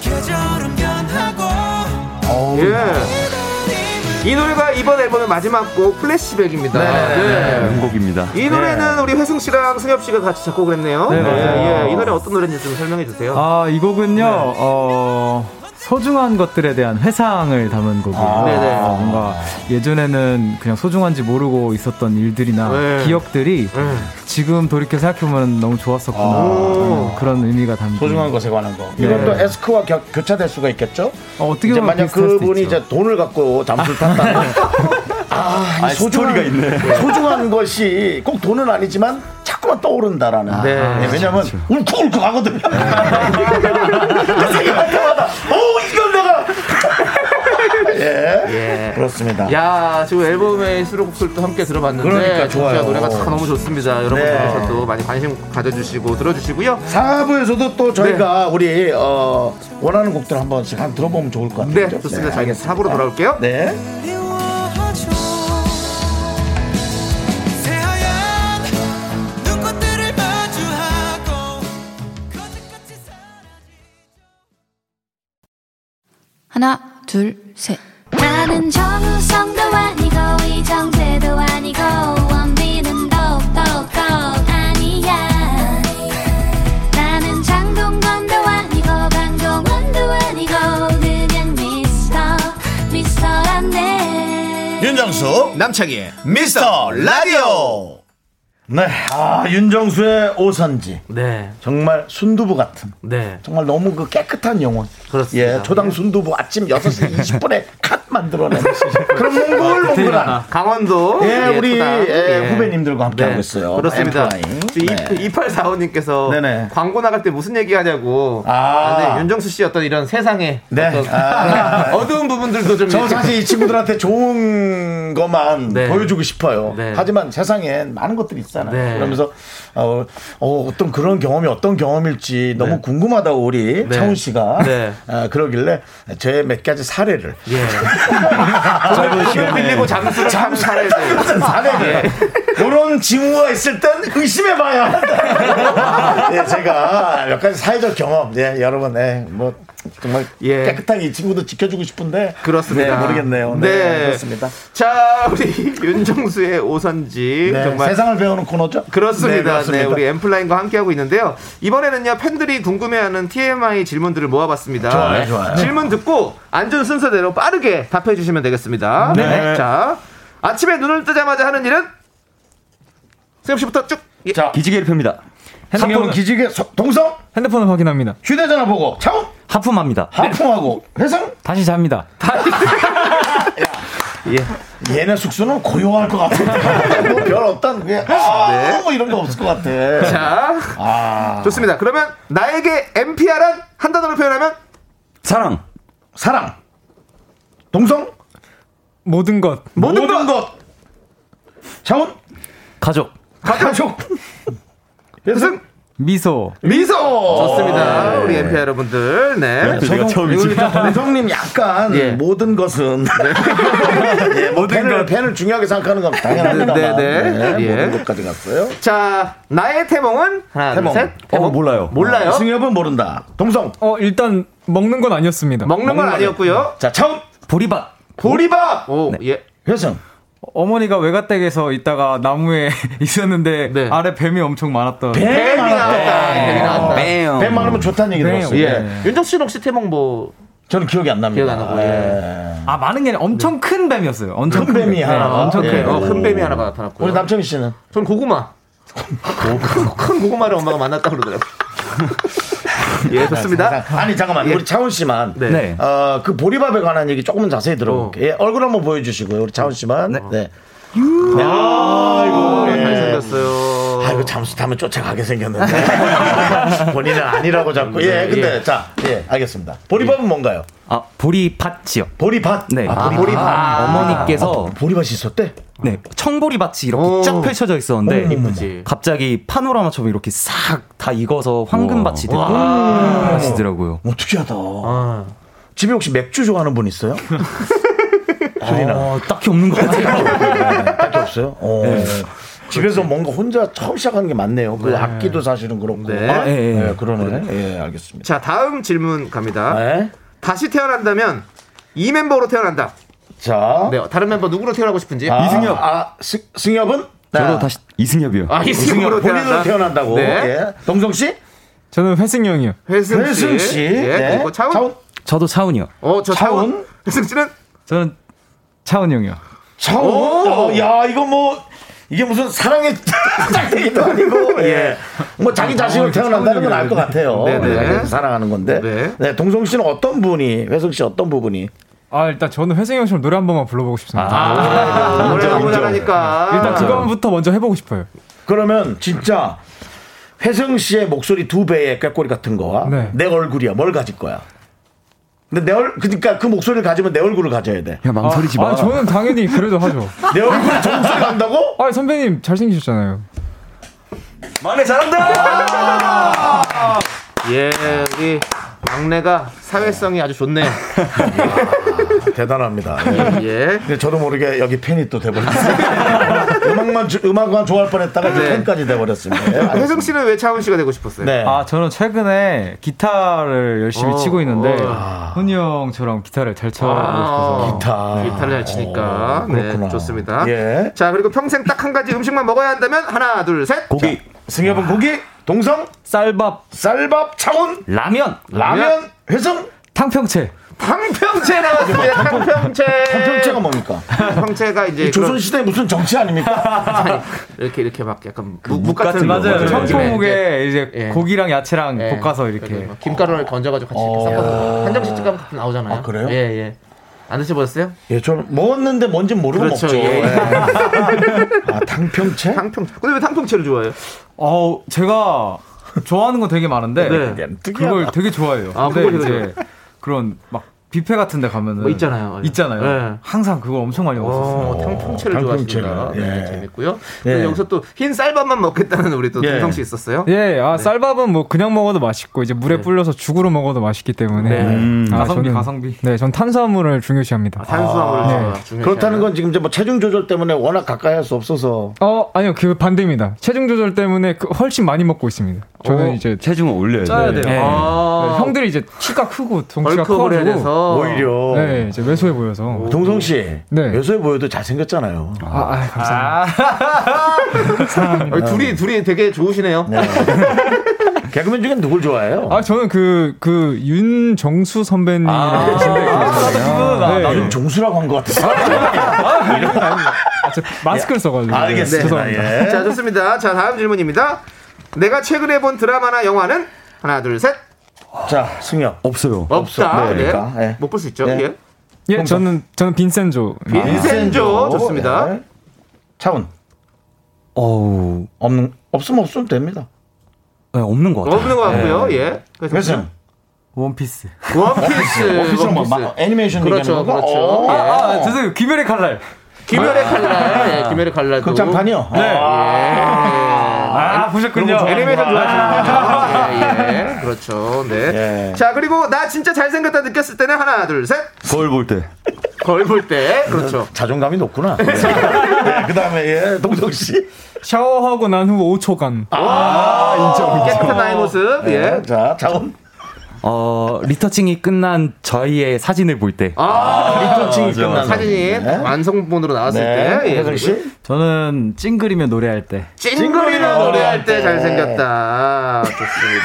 Speaker 6: 계절은 변하고
Speaker 4: 예. 이 노래가 이번 앨범의 마지막 곡 플래시백입니다. 네.
Speaker 9: 명곡입니다.
Speaker 4: 이 노래는 우리 회승 씨랑 승엽 씨가 같이 작곡을 했네요.
Speaker 11: 네, 맞아요.
Speaker 4: 예, 이 노래 어떤 노래인지 좀 설명해 주세요.
Speaker 11: 아, 이 곡은요, 어, 소중한 것들에 대한 회상을 담은 곡이에요.
Speaker 4: 아, 네네.
Speaker 11: 어, 뭔가 예전에는 그냥 소중한지 모르고 있었던 일들이나
Speaker 4: 네.
Speaker 11: 기억들이 지금 돌이켜 생각해보면 너무 좋았었구나.
Speaker 3: 오.
Speaker 11: 음, 그런 의미가 담긴.
Speaker 3: [laughs] 소중한 것에 관한 거. 네. 이건 또 에스크와 겨- 교차될 수가 있겠죠?
Speaker 11: 어떻게
Speaker 3: 이제
Speaker 11: 보면
Speaker 3: 만약
Speaker 11: 비슷할 수도
Speaker 3: 그분이
Speaker 11: 있죠.
Speaker 3: 이제 돈을 갖고 잠수를
Speaker 4: [laughs]
Speaker 3: 탔다면 아, 이
Speaker 9: 아, 스토리가 있네.
Speaker 3: 소중한 것이 꼭 돈은 아니지만 자꾸만 떠오른다라는.
Speaker 9: 네.
Speaker 4: 아,
Speaker 3: 예, 왜냐면 울컥울컥 하거든요. [laughs]
Speaker 4: 네.
Speaker 3: 그 생각할 때마다 오 이걸 내가 [laughs] 예. 그렇습니다.
Speaker 4: 야, 지금 앨범의 수록곡들도 함께 들어봤는데
Speaker 3: 그러니까
Speaker 4: 진짜
Speaker 3: 좋아요.
Speaker 4: 노래가 다 너무 좋습니다. 여러분들께서도
Speaker 3: 네.
Speaker 4: 많이 관심 가져주시고 들어주시고요.
Speaker 3: 사부에서도 또 저희가
Speaker 4: 네.
Speaker 3: 우리 어, 원하는 곡들 한 번씩 한 들어보면 좋을 것 같아요.
Speaker 4: 네, 좋습니다. 저희는 사부로 돌아올게요.
Speaker 3: 네.
Speaker 6: 그리워하죠 새하얀 눈꽃들을 마주하고
Speaker 12: 하나, 둘, 셋.
Speaker 13: 나는 정우성도 아니고 이정재도 아니고 원빈은 더욱더 아니야 나는 장동건도 아니고 강동원도 아니고 그냥 미스터 미스터란데
Speaker 3: 윤정수 남창희의 미스터 라디오 네, 아 윤정수의 오선지
Speaker 4: 네.
Speaker 3: 정말 순두부 같은
Speaker 4: 네.
Speaker 3: 정말 너무 그 깨끗한 영혼
Speaker 4: 그렇습니다.
Speaker 3: 예, 초당 순두부 아침 6시 20분에 컷 만들어낸 그런 몽글몽글한
Speaker 4: 강원도
Speaker 3: 아, 예, 우리
Speaker 4: 초당.
Speaker 3: 예,
Speaker 4: 예.
Speaker 3: 후배님들과 함께 하고 있어요
Speaker 4: 그렇습니다.
Speaker 3: 엠플라잉. 네.
Speaker 4: 2845님께서 광고 나갈 때 무슨 얘기 하냐고. 아. 네, 윤정수 씨 어떤 이런 세상에
Speaker 3: 네.
Speaker 4: 어떤
Speaker 3: 아.
Speaker 4: [laughs] 어두운 부분들도 좀.
Speaker 3: 저
Speaker 4: 이렇게-
Speaker 3: 사실 이 친구들한테 좋은 것만
Speaker 4: 네.
Speaker 3: 보여주고 싶어요.
Speaker 4: 네.
Speaker 3: 하지만 세상엔 많은 것들이 있잖아요.
Speaker 4: 네.
Speaker 3: 그러면서 어, 떤 그런 경험이 어떤 경험일지 너무 궁금하다고 우리
Speaker 4: 네.
Speaker 3: 차훈 씨가
Speaker 4: 네. 예.
Speaker 3: 어, 그러길래 제 몇 가지 사례를 [laughs]
Speaker 4: 돈을 뭐 빌리고 잠수를 잠 사례를 예.
Speaker 3: 사례를 이런 징후가 있을 땐 의심해봐야
Speaker 4: [laughs]
Speaker 3: 한다. 예, 제가 몇 가지 사회적 경험, 예, 여러분, 예, 뭐 정말
Speaker 4: 예.
Speaker 3: 깨끗하게 이 친구도 지켜주고 싶은데
Speaker 4: 그렇습니다.
Speaker 3: 네, 모르겠네요. 네, 그렇습니다.
Speaker 4: 자, 우리 [laughs] 윤정수의 오선지
Speaker 3: 네,
Speaker 4: 정말
Speaker 3: 세상을 배우는 코너죠? 네,
Speaker 4: 그렇습니다. 네,
Speaker 3: 그렇습니다.
Speaker 4: 우리 엠플라인과 함께하고 있는데요. 이번에는요, 팬들이 궁금해하는 TMI 질문들을 모아봤습니다.
Speaker 3: 좋아요, 좋아요.
Speaker 4: 질문 듣고 안전 순서대로 빠르게 답해주시면 되겠습니다.
Speaker 3: 네.
Speaker 4: 자, 아침에 눈을 뜨자마자 하는 일은? 수엽씨부터 쭉. 예.
Speaker 3: 자,
Speaker 9: 기지개를 펴니다.
Speaker 4: 네.
Speaker 3: 핸드폰 기지개 소- 동성
Speaker 8: 핸드폰을 확인합니다.
Speaker 3: 휴대전화 보고 차오
Speaker 10: 하품합니다.
Speaker 3: 하품하고 회상
Speaker 10: 다시 잡니다.
Speaker 3: 예. 얘네 숙소는 고요할 것 같은데. 뭐별 어떤 그냥 아, 뭐 이런 거 없을 것 같아.
Speaker 4: 네. 자,
Speaker 3: 아.
Speaker 4: 좋습니다. 그러면 나에게 NPR은 한 단어로 표현하면?
Speaker 9: 사랑.
Speaker 3: 사랑. 동성.
Speaker 8: 모든 것.
Speaker 10: 뭐?
Speaker 3: 모든, 것. 자원.
Speaker 10: 가족.
Speaker 4: [laughs]
Speaker 3: 가족. 예승.
Speaker 8: 미소.
Speaker 4: 미소!
Speaker 3: 네.
Speaker 4: 좋습니다. 우리 NPR 여러분들. 네.
Speaker 3: 저도
Speaker 4: [laughs]
Speaker 3: 동성님 약간
Speaker 4: 예.
Speaker 3: 모든 것은 [laughs] 예, 뭐 팬을, 팬을 중요하게 생각하는 건 당연합니다.
Speaker 4: 네, 네, 네. 예.
Speaker 3: 모든 것까지 갔어요.
Speaker 4: 자, 나의 태몽은? 뭐, 하나,
Speaker 3: 태몽.
Speaker 4: 둘, 셋.
Speaker 3: 어, 몰라요.
Speaker 4: 몰라요?
Speaker 3: 승엽은 모른다. 동성.
Speaker 8: 어, 일단 먹는 건 아니었습니다.
Speaker 10: 뭐?
Speaker 4: 먹는 뭐? 건 아니었고요.
Speaker 3: 자, 처음
Speaker 10: 보리밥.
Speaker 4: 보리밥. 오, 예.
Speaker 3: 회성.
Speaker 11: 어머니가 외가댁에서 있다가
Speaker 8: [laughs]
Speaker 11: 나무에 있었는데
Speaker 10: 네.
Speaker 11: 아래 뱀이 엄청 많았던.
Speaker 3: 뱀이 나왔다. 아,
Speaker 4: 뱀이 나왔다.
Speaker 3: 뱀. 뱀 많으면 좋다는 얘기 들었어요.
Speaker 4: 예.
Speaker 3: 예.
Speaker 4: 윤정수 씨는 혹시 태몽 뭐
Speaker 3: 저는 기억이 안 납니다.
Speaker 4: 기억 안 나고, 예.
Speaker 11: 아, 많은 게 아니라
Speaker 8: 네.
Speaker 11: 엄청 큰 뱀이었어요. 엄청
Speaker 3: 큰 뱀이
Speaker 11: 뱀.
Speaker 3: 하나.
Speaker 11: 네, 엄청
Speaker 3: 예.
Speaker 11: 큰.
Speaker 4: 어, 큰 뱀이 하나가 나타났고요.
Speaker 3: 우리 남창희 씨는
Speaker 4: 전 고구마. 큰, [laughs] 큰 고구마를 엄마가 만났다 그러더라고요. [laughs] 예, 좋습니다.
Speaker 3: 세상. 아니 잠깐만
Speaker 4: 예.
Speaker 3: 우리 차훈 씨만
Speaker 4: 네.
Speaker 3: 어, 그 보리밥에 관한 얘기 조금은 자세히 들어볼게요. 예, 얼굴 한번 보여주시고요. 우리 차훈 씨만. 네. 네. 아이고
Speaker 4: 잘 생겼어요.
Speaker 3: 아이고 잠수 타면 쫓아가게 [laughs] 생겼는데 본인은 아니라고 자꾸
Speaker 10: 네,
Speaker 3: 예 근데 자예 알겠습니다 보리밥은 뭔가요
Speaker 10: 아, 보리밭이요.
Speaker 3: 보리밭
Speaker 10: 네.
Speaker 3: 아, 보리밥.
Speaker 10: 어머니께서
Speaker 8: 아.
Speaker 3: 보리밭이 있었대 음.
Speaker 10: 네, 청보리밭이 이렇게 쫙 펼쳐져
Speaker 3: 네,
Speaker 10: 있었는데 갑자기 파노라마처럼 이렇게 싹 다 익어서 황금밭이 됐고 하시더라고요.
Speaker 3: 뭐 특이하다 집에 혹시 맥주 좋아하는 분 [laughs] 있어요 술이나
Speaker 11: [laughs]
Speaker 10: 딱히 없는 어, 것 같아요.
Speaker 3: 딱히 없어요 어. 집에서 뭔가 혼자 처음 시작하는 게 많네요. 그
Speaker 4: 네.
Speaker 3: 악기도 사실은 그렇고.
Speaker 4: 네.
Speaker 3: 아,
Speaker 4: 예, 예.
Speaker 3: 네, 그러네.
Speaker 4: 그러네.
Speaker 3: 예, 알겠습니다.
Speaker 4: 자, 다음 질문 갑니다.
Speaker 3: 아. 네.
Speaker 4: 다시 태어난다면 이 멤버로 태어난다.
Speaker 3: 자.
Speaker 4: 네, 다른 멤버 누구로 태어나고 싶은지.
Speaker 3: 아, 아, 승, 승엽은?
Speaker 9: 저도 다시 이승엽이요.
Speaker 4: 아, 이승엽으로
Speaker 3: 본인으로
Speaker 4: 태어난다.
Speaker 3: 태어난다고.
Speaker 4: 네.
Speaker 3: 예. 동성 씨?
Speaker 8: 저는 회승형이요.
Speaker 4: 회승 씨.
Speaker 8: 회승 씨.
Speaker 4: 예,
Speaker 8: 네.
Speaker 4: 그리고 차훈.
Speaker 10: 저도 차훈이요.
Speaker 4: 어, 저 차훈. 회승 씨는
Speaker 11: 저는 차훈 형이요.
Speaker 3: 차훈? 어, 야, 이거 뭐, 이게 무슨 사랑의 [laughs] 짝대기도
Speaker 4: [laughs]
Speaker 3: 아니고, 예. 뭐
Speaker 4: 아,
Speaker 3: 자기
Speaker 4: 그
Speaker 3: 자신으로 태어난다는 건 알 것 같아요.
Speaker 8: 네네.
Speaker 3: 네, 사랑하는 건데. 네. 동성 씨는 어떤 분이, 회승 씨 어떤 부분이?
Speaker 8: 아 일단 저는 회승형처럼 노래 한 번만 불러보고 싶습니다.
Speaker 3: 아, 노래 인정, 너무 인정.
Speaker 4: 잘하니까.
Speaker 11: 아.
Speaker 8: 일단 그거부터 먼저 해보고 싶어요.
Speaker 3: 그러면 진짜 혜성 씨의 목소리 두 배의 꾀꼬리 같은 거와 내 얼굴이야. 뭘 가질 거야? 근데 내 얼, 그니까 그 목소리를 가지면 내 얼굴을 가져야 돼.
Speaker 8: 야
Speaker 3: 망설이지 마.
Speaker 8: 아, 저는 당연히
Speaker 11: [laughs]
Speaker 8: 그래도 하죠.
Speaker 3: 내 얼굴에 좋은 소리 간다고?
Speaker 8: 아 선배님 잘생기셨잖아요.
Speaker 4: 막내 잘한다. 예, 우리 막내가 사회성이 아주 좋네요.
Speaker 3: 대단합니다. 예. 근데 저도 모르게 여기 팬이 또 돼버렸어요. 음악만, 주- 음악만 좋아할 뻔 했다가 이제 팬까지 돼버렸습니다. 예, 알겠습니다.
Speaker 4: 회승 아, 씨는 왜 차훈 씨가 되고 싶었어요?
Speaker 3: 네.
Speaker 11: 아 저는 최근에 기타를 열심히
Speaker 4: 어,
Speaker 11: 치고 있는데
Speaker 4: 어.
Speaker 11: 훈이 형처럼 기타를 잘 쳐고
Speaker 4: 아,
Speaker 11: 싶어서
Speaker 4: 기타를 잘
Speaker 11: 어,
Speaker 4: 치니까. 네,
Speaker 11: 그렇구나.
Speaker 4: 좋습니다.
Speaker 11: 예.
Speaker 4: 자, 그리고 평생 딱 한 가지 음식만 먹어야 한다면 하나, 둘, 셋.
Speaker 3: 고기. 승엽은 고기, 동성
Speaker 11: 쌀밥,
Speaker 3: 쌀밥, 차원
Speaker 10: 라면,
Speaker 3: 라면, 회성
Speaker 11: 탕평채.
Speaker 4: 탕평채 나왔습니다. 탕평채.
Speaker 3: 탕평채가 뭡니까?
Speaker 4: 탕평채가 이제
Speaker 3: 조선 시대 무슨 정치 아닙니까?
Speaker 4: 이렇게 이렇게 막 약간
Speaker 11: 그
Speaker 4: 묵, 같은 네.
Speaker 11: 맞아요.
Speaker 9: 네.
Speaker 11: 청포묵에 이제
Speaker 4: 예.
Speaker 11: 고기랑 야채랑
Speaker 4: 예.
Speaker 11: 볶아서 이렇게
Speaker 4: 막 김가루를 건져가지고 같이 이렇게 섞어서 한정식 집가면 같은 나오잖아요. 아 그래요? 예 예. 안 드셔보셨어요?
Speaker 3: 예, 저는 먹었는데 뭔진 모르고
Speaker 4: 그렇죠,
Speaker 3: 먹죠.
Speaker 4: 예. [laughs]
Speaker 3: 아 탕평채?
Speaker 4: 탕평. 근데 왜 탕평채를 좋아해요?
Speaker 11: 어 제가 좋아하는 건 되게 많은데
Speaker 4: 네.
Speaker 11: 그걸 되게 좋아해요.
Speaker 4: 아,
Speaker 11: 근데
Speaker 4: 그걸 되게
Speaker 11: 이제 그런 막 뷔페 같은 데 가면은
Speaker 4: 뭐 있잖아요. 예.
Speaker 11: 있잖아요.
Speaker 4: 네.
Speaker 11: 항상 그걸 엄청 많이 먹었어요.
Speaker 4: 탕평채를 좋아하시구나. 네, 재밌고요.
Speaker 11: 예.
Speaker 4: 그리고 여기서 또 흰 쌀밥만 먹겠다는 우리 또
Speaker 8: 예.
Speaker 4: 동성 씨 있었어요.
Speaker 8: 예, 아
Speaker 4: 네.
Speaker 8: 쌀밥은 뭐 그냥 먹어도 맛있고 이제 물에 불려서 죽으로 먹어도 맛있기 때문에
Speaker 4: 네. 음. 가성비,
Speaker 3: 가성비.
Speaker 8: 네, 전 탄수화물을
Speaker 4: 아,
Speaker 8: 중요시합니다.
Speaker 3: 아,
Speaker 4: 네.
Speaker 3: 그렇다는 건 지금 이제 뭐 체중 조절 때문에 워낙 가까이 할 수 없어서
Speaker 8: 어 아니요 그 반대입니다. 체중 조절 때문에 그 훨씬 많이 먹고 있습니다. 저는
Speaker 9: 어,
Speaker 8: 이제
Speaker 9: 체중을 올려야
Speaker 8: 짜야 돼요.
Speaker 9: 네.
Speaker 4: 아, 어.
Speaker 8: 네, 형들이 이제 키가 크고 덩치가
Speaker 3: 벌크업을
Speaker 8: 커가지고
Speaker 3: 해야 돼서. 오히려.
Speaker 8: 네 이제 왜소해 보여서
Speaker 3: 동성 씨, 네. 요새 보여도 잘생겼잖아요.
Speaker 8: 아, 아 감사합니다.
Speaker 4: [laughs] 어, 둘이 둘이 되게 좋으시네요.
Speaker 3: 개그맨 중에 누굴 좋아해요?
Speaker 8: 아 저는 그 그 윤정수 선배님이라고 계신데 아,
Speaker 3: 아,
Speaker 8: 네,
Speaker 3: 나도 정수라고 한 것 같아서.
Speaker 8: 마스크를 써가지고
Speaker 3: 아, 알겠습니다.
Speaker 8: 네.
Speaker 3: 예.
Speaker 8: 죄송합니다.
Speaker 4: [laughs] 자 좋습니다. 자 다음 질문입니다. 내가 최근에 본 드라마나 영화는 하나 둘 셋.
Speaker 3: 자, 승엽.
Speaker 9: 없어요.
Speaker 4: 없다.
Speaker 8: 없어. 네, 그러니까,
Speaker 4: 네. 못 볼 수 있죠. 예.
Speaker 8: 예 저는 저는 빈센조
Speaker 4: 빈센조 좋습니다.
Speaker 3: 예. 차훈.
Speaker 10: 어우
Speaker 3: 없는 없으면 없으면 됩니다.
Speaker 10: 네, 없는 것 같아요.
Speaker 4: 없는 것 같고요. 예. 그래서
Speaker 3: 회승.
Speaker 11: 원피스.
Speaker 4: [laughs] 원피스.
Speaker 3: 원피스는 뭐,
Speaker 4: 원피스.
Speaker 3: 막 애니메이션
Speaker 4: 네, 그렇죠,
Speaker 3: 얘기하는 건가?
Speaker 4: 그렇죠.
Speaker 3: 어.
Speaker 4: 예.
Speaker 11: 아, 아, 죄송해요. 귀멸의 칼날.
Speaker 4: 김열의 칼날. 예, 김열의 칼날도.
Speaker 3: 극장판이요?
Speaker 4: 네.
Speaker 11: 아, 보셨군요.
Speaker 4: 애니메이션 좋아하시는군요. 예, 예. 그렇죠. 네. 자, 그리고 나 진짜 잘생겼다 느꼈을 때는 하나, 둘, 셋.
Speaker 9: 거울 볼 때.
Speaker 4: 거울 볼 때. 그렇죠.
Speaker 3: 자존감이 높구나. 네. 그 다음에, 예, 동성 씨.
Speaker 8: 샤워하고 난 후 5초간
Speaker 4: 아,
Speaker 8: 인정.
Speaker 4: 깨끗한 나의 모습.
Speaker 3: 네.
Speaker 4: 예.
Speaker 3: 자, 자원.
Speaker 10: 어 리터칭이 끝난 저희의 사진을 볼 때.
Speaker 4: 아.
Speaker 3: 리터칭이
Speaker 10: 맞아,
Speaker 4: 끝난
Speaker 10: 맞아.
Speaker 4: 사진이 완성본으로 나왔을
Speaker 10: 네,
Speaker 3: 예,
Speaker 4: 때. 예,
Speaker 10: 혜성 씨?
Speaker 11: 저는 찡그리며 노래할 때.
Speaker 4: 찡그리며 노래할 때 잘생겼다. 좋습니다.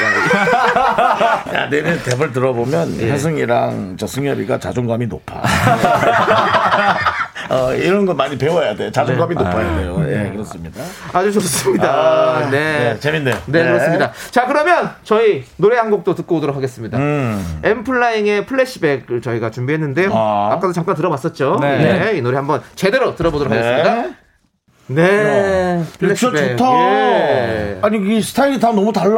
Speaker 3: 야, 내는 대본 들어보면 혜승이랑 저 승엽이가 자존감이 높아. 어, 이런 거 많이 배워야 돼. 자존감이
Speaker 4: 네.
Speaker 3: 높아야
Speaker 4: 아.
Speaker 3: 돼요. 예, 그렇습니다.
Speaker 4: 아주 좋습니다.
Speaker 3: 아,
Speaker 4: 네.
Speaker 3: 네, 재밌네요.
Speaker 4: 네,
Speaker 3: 네.
Speaker 4: 그렇습니다. 자, 그러면 저희 노래 한 곡도 듣고 오도록 하겠습니다.
Speaker 3: 음,
Speaker 4: 엠플라잉의 플래시백을 저희가 준비했는데요. 아. 까도 잠깐 들어봤었죠.
Speaker 3: 네.
Speaker 4: 네. 이 노래 한번 제대로 들어보도록
Speaker 3: 네.
Speaker 4: 하겠습니다. 네.
Speaker 3: 렉션
Speaker 4: 플래시백.
Speaker 3: 좋다.
Speaker 4: 예.
Speaker 3: 아니, 이 스타일이 다 너무 달라.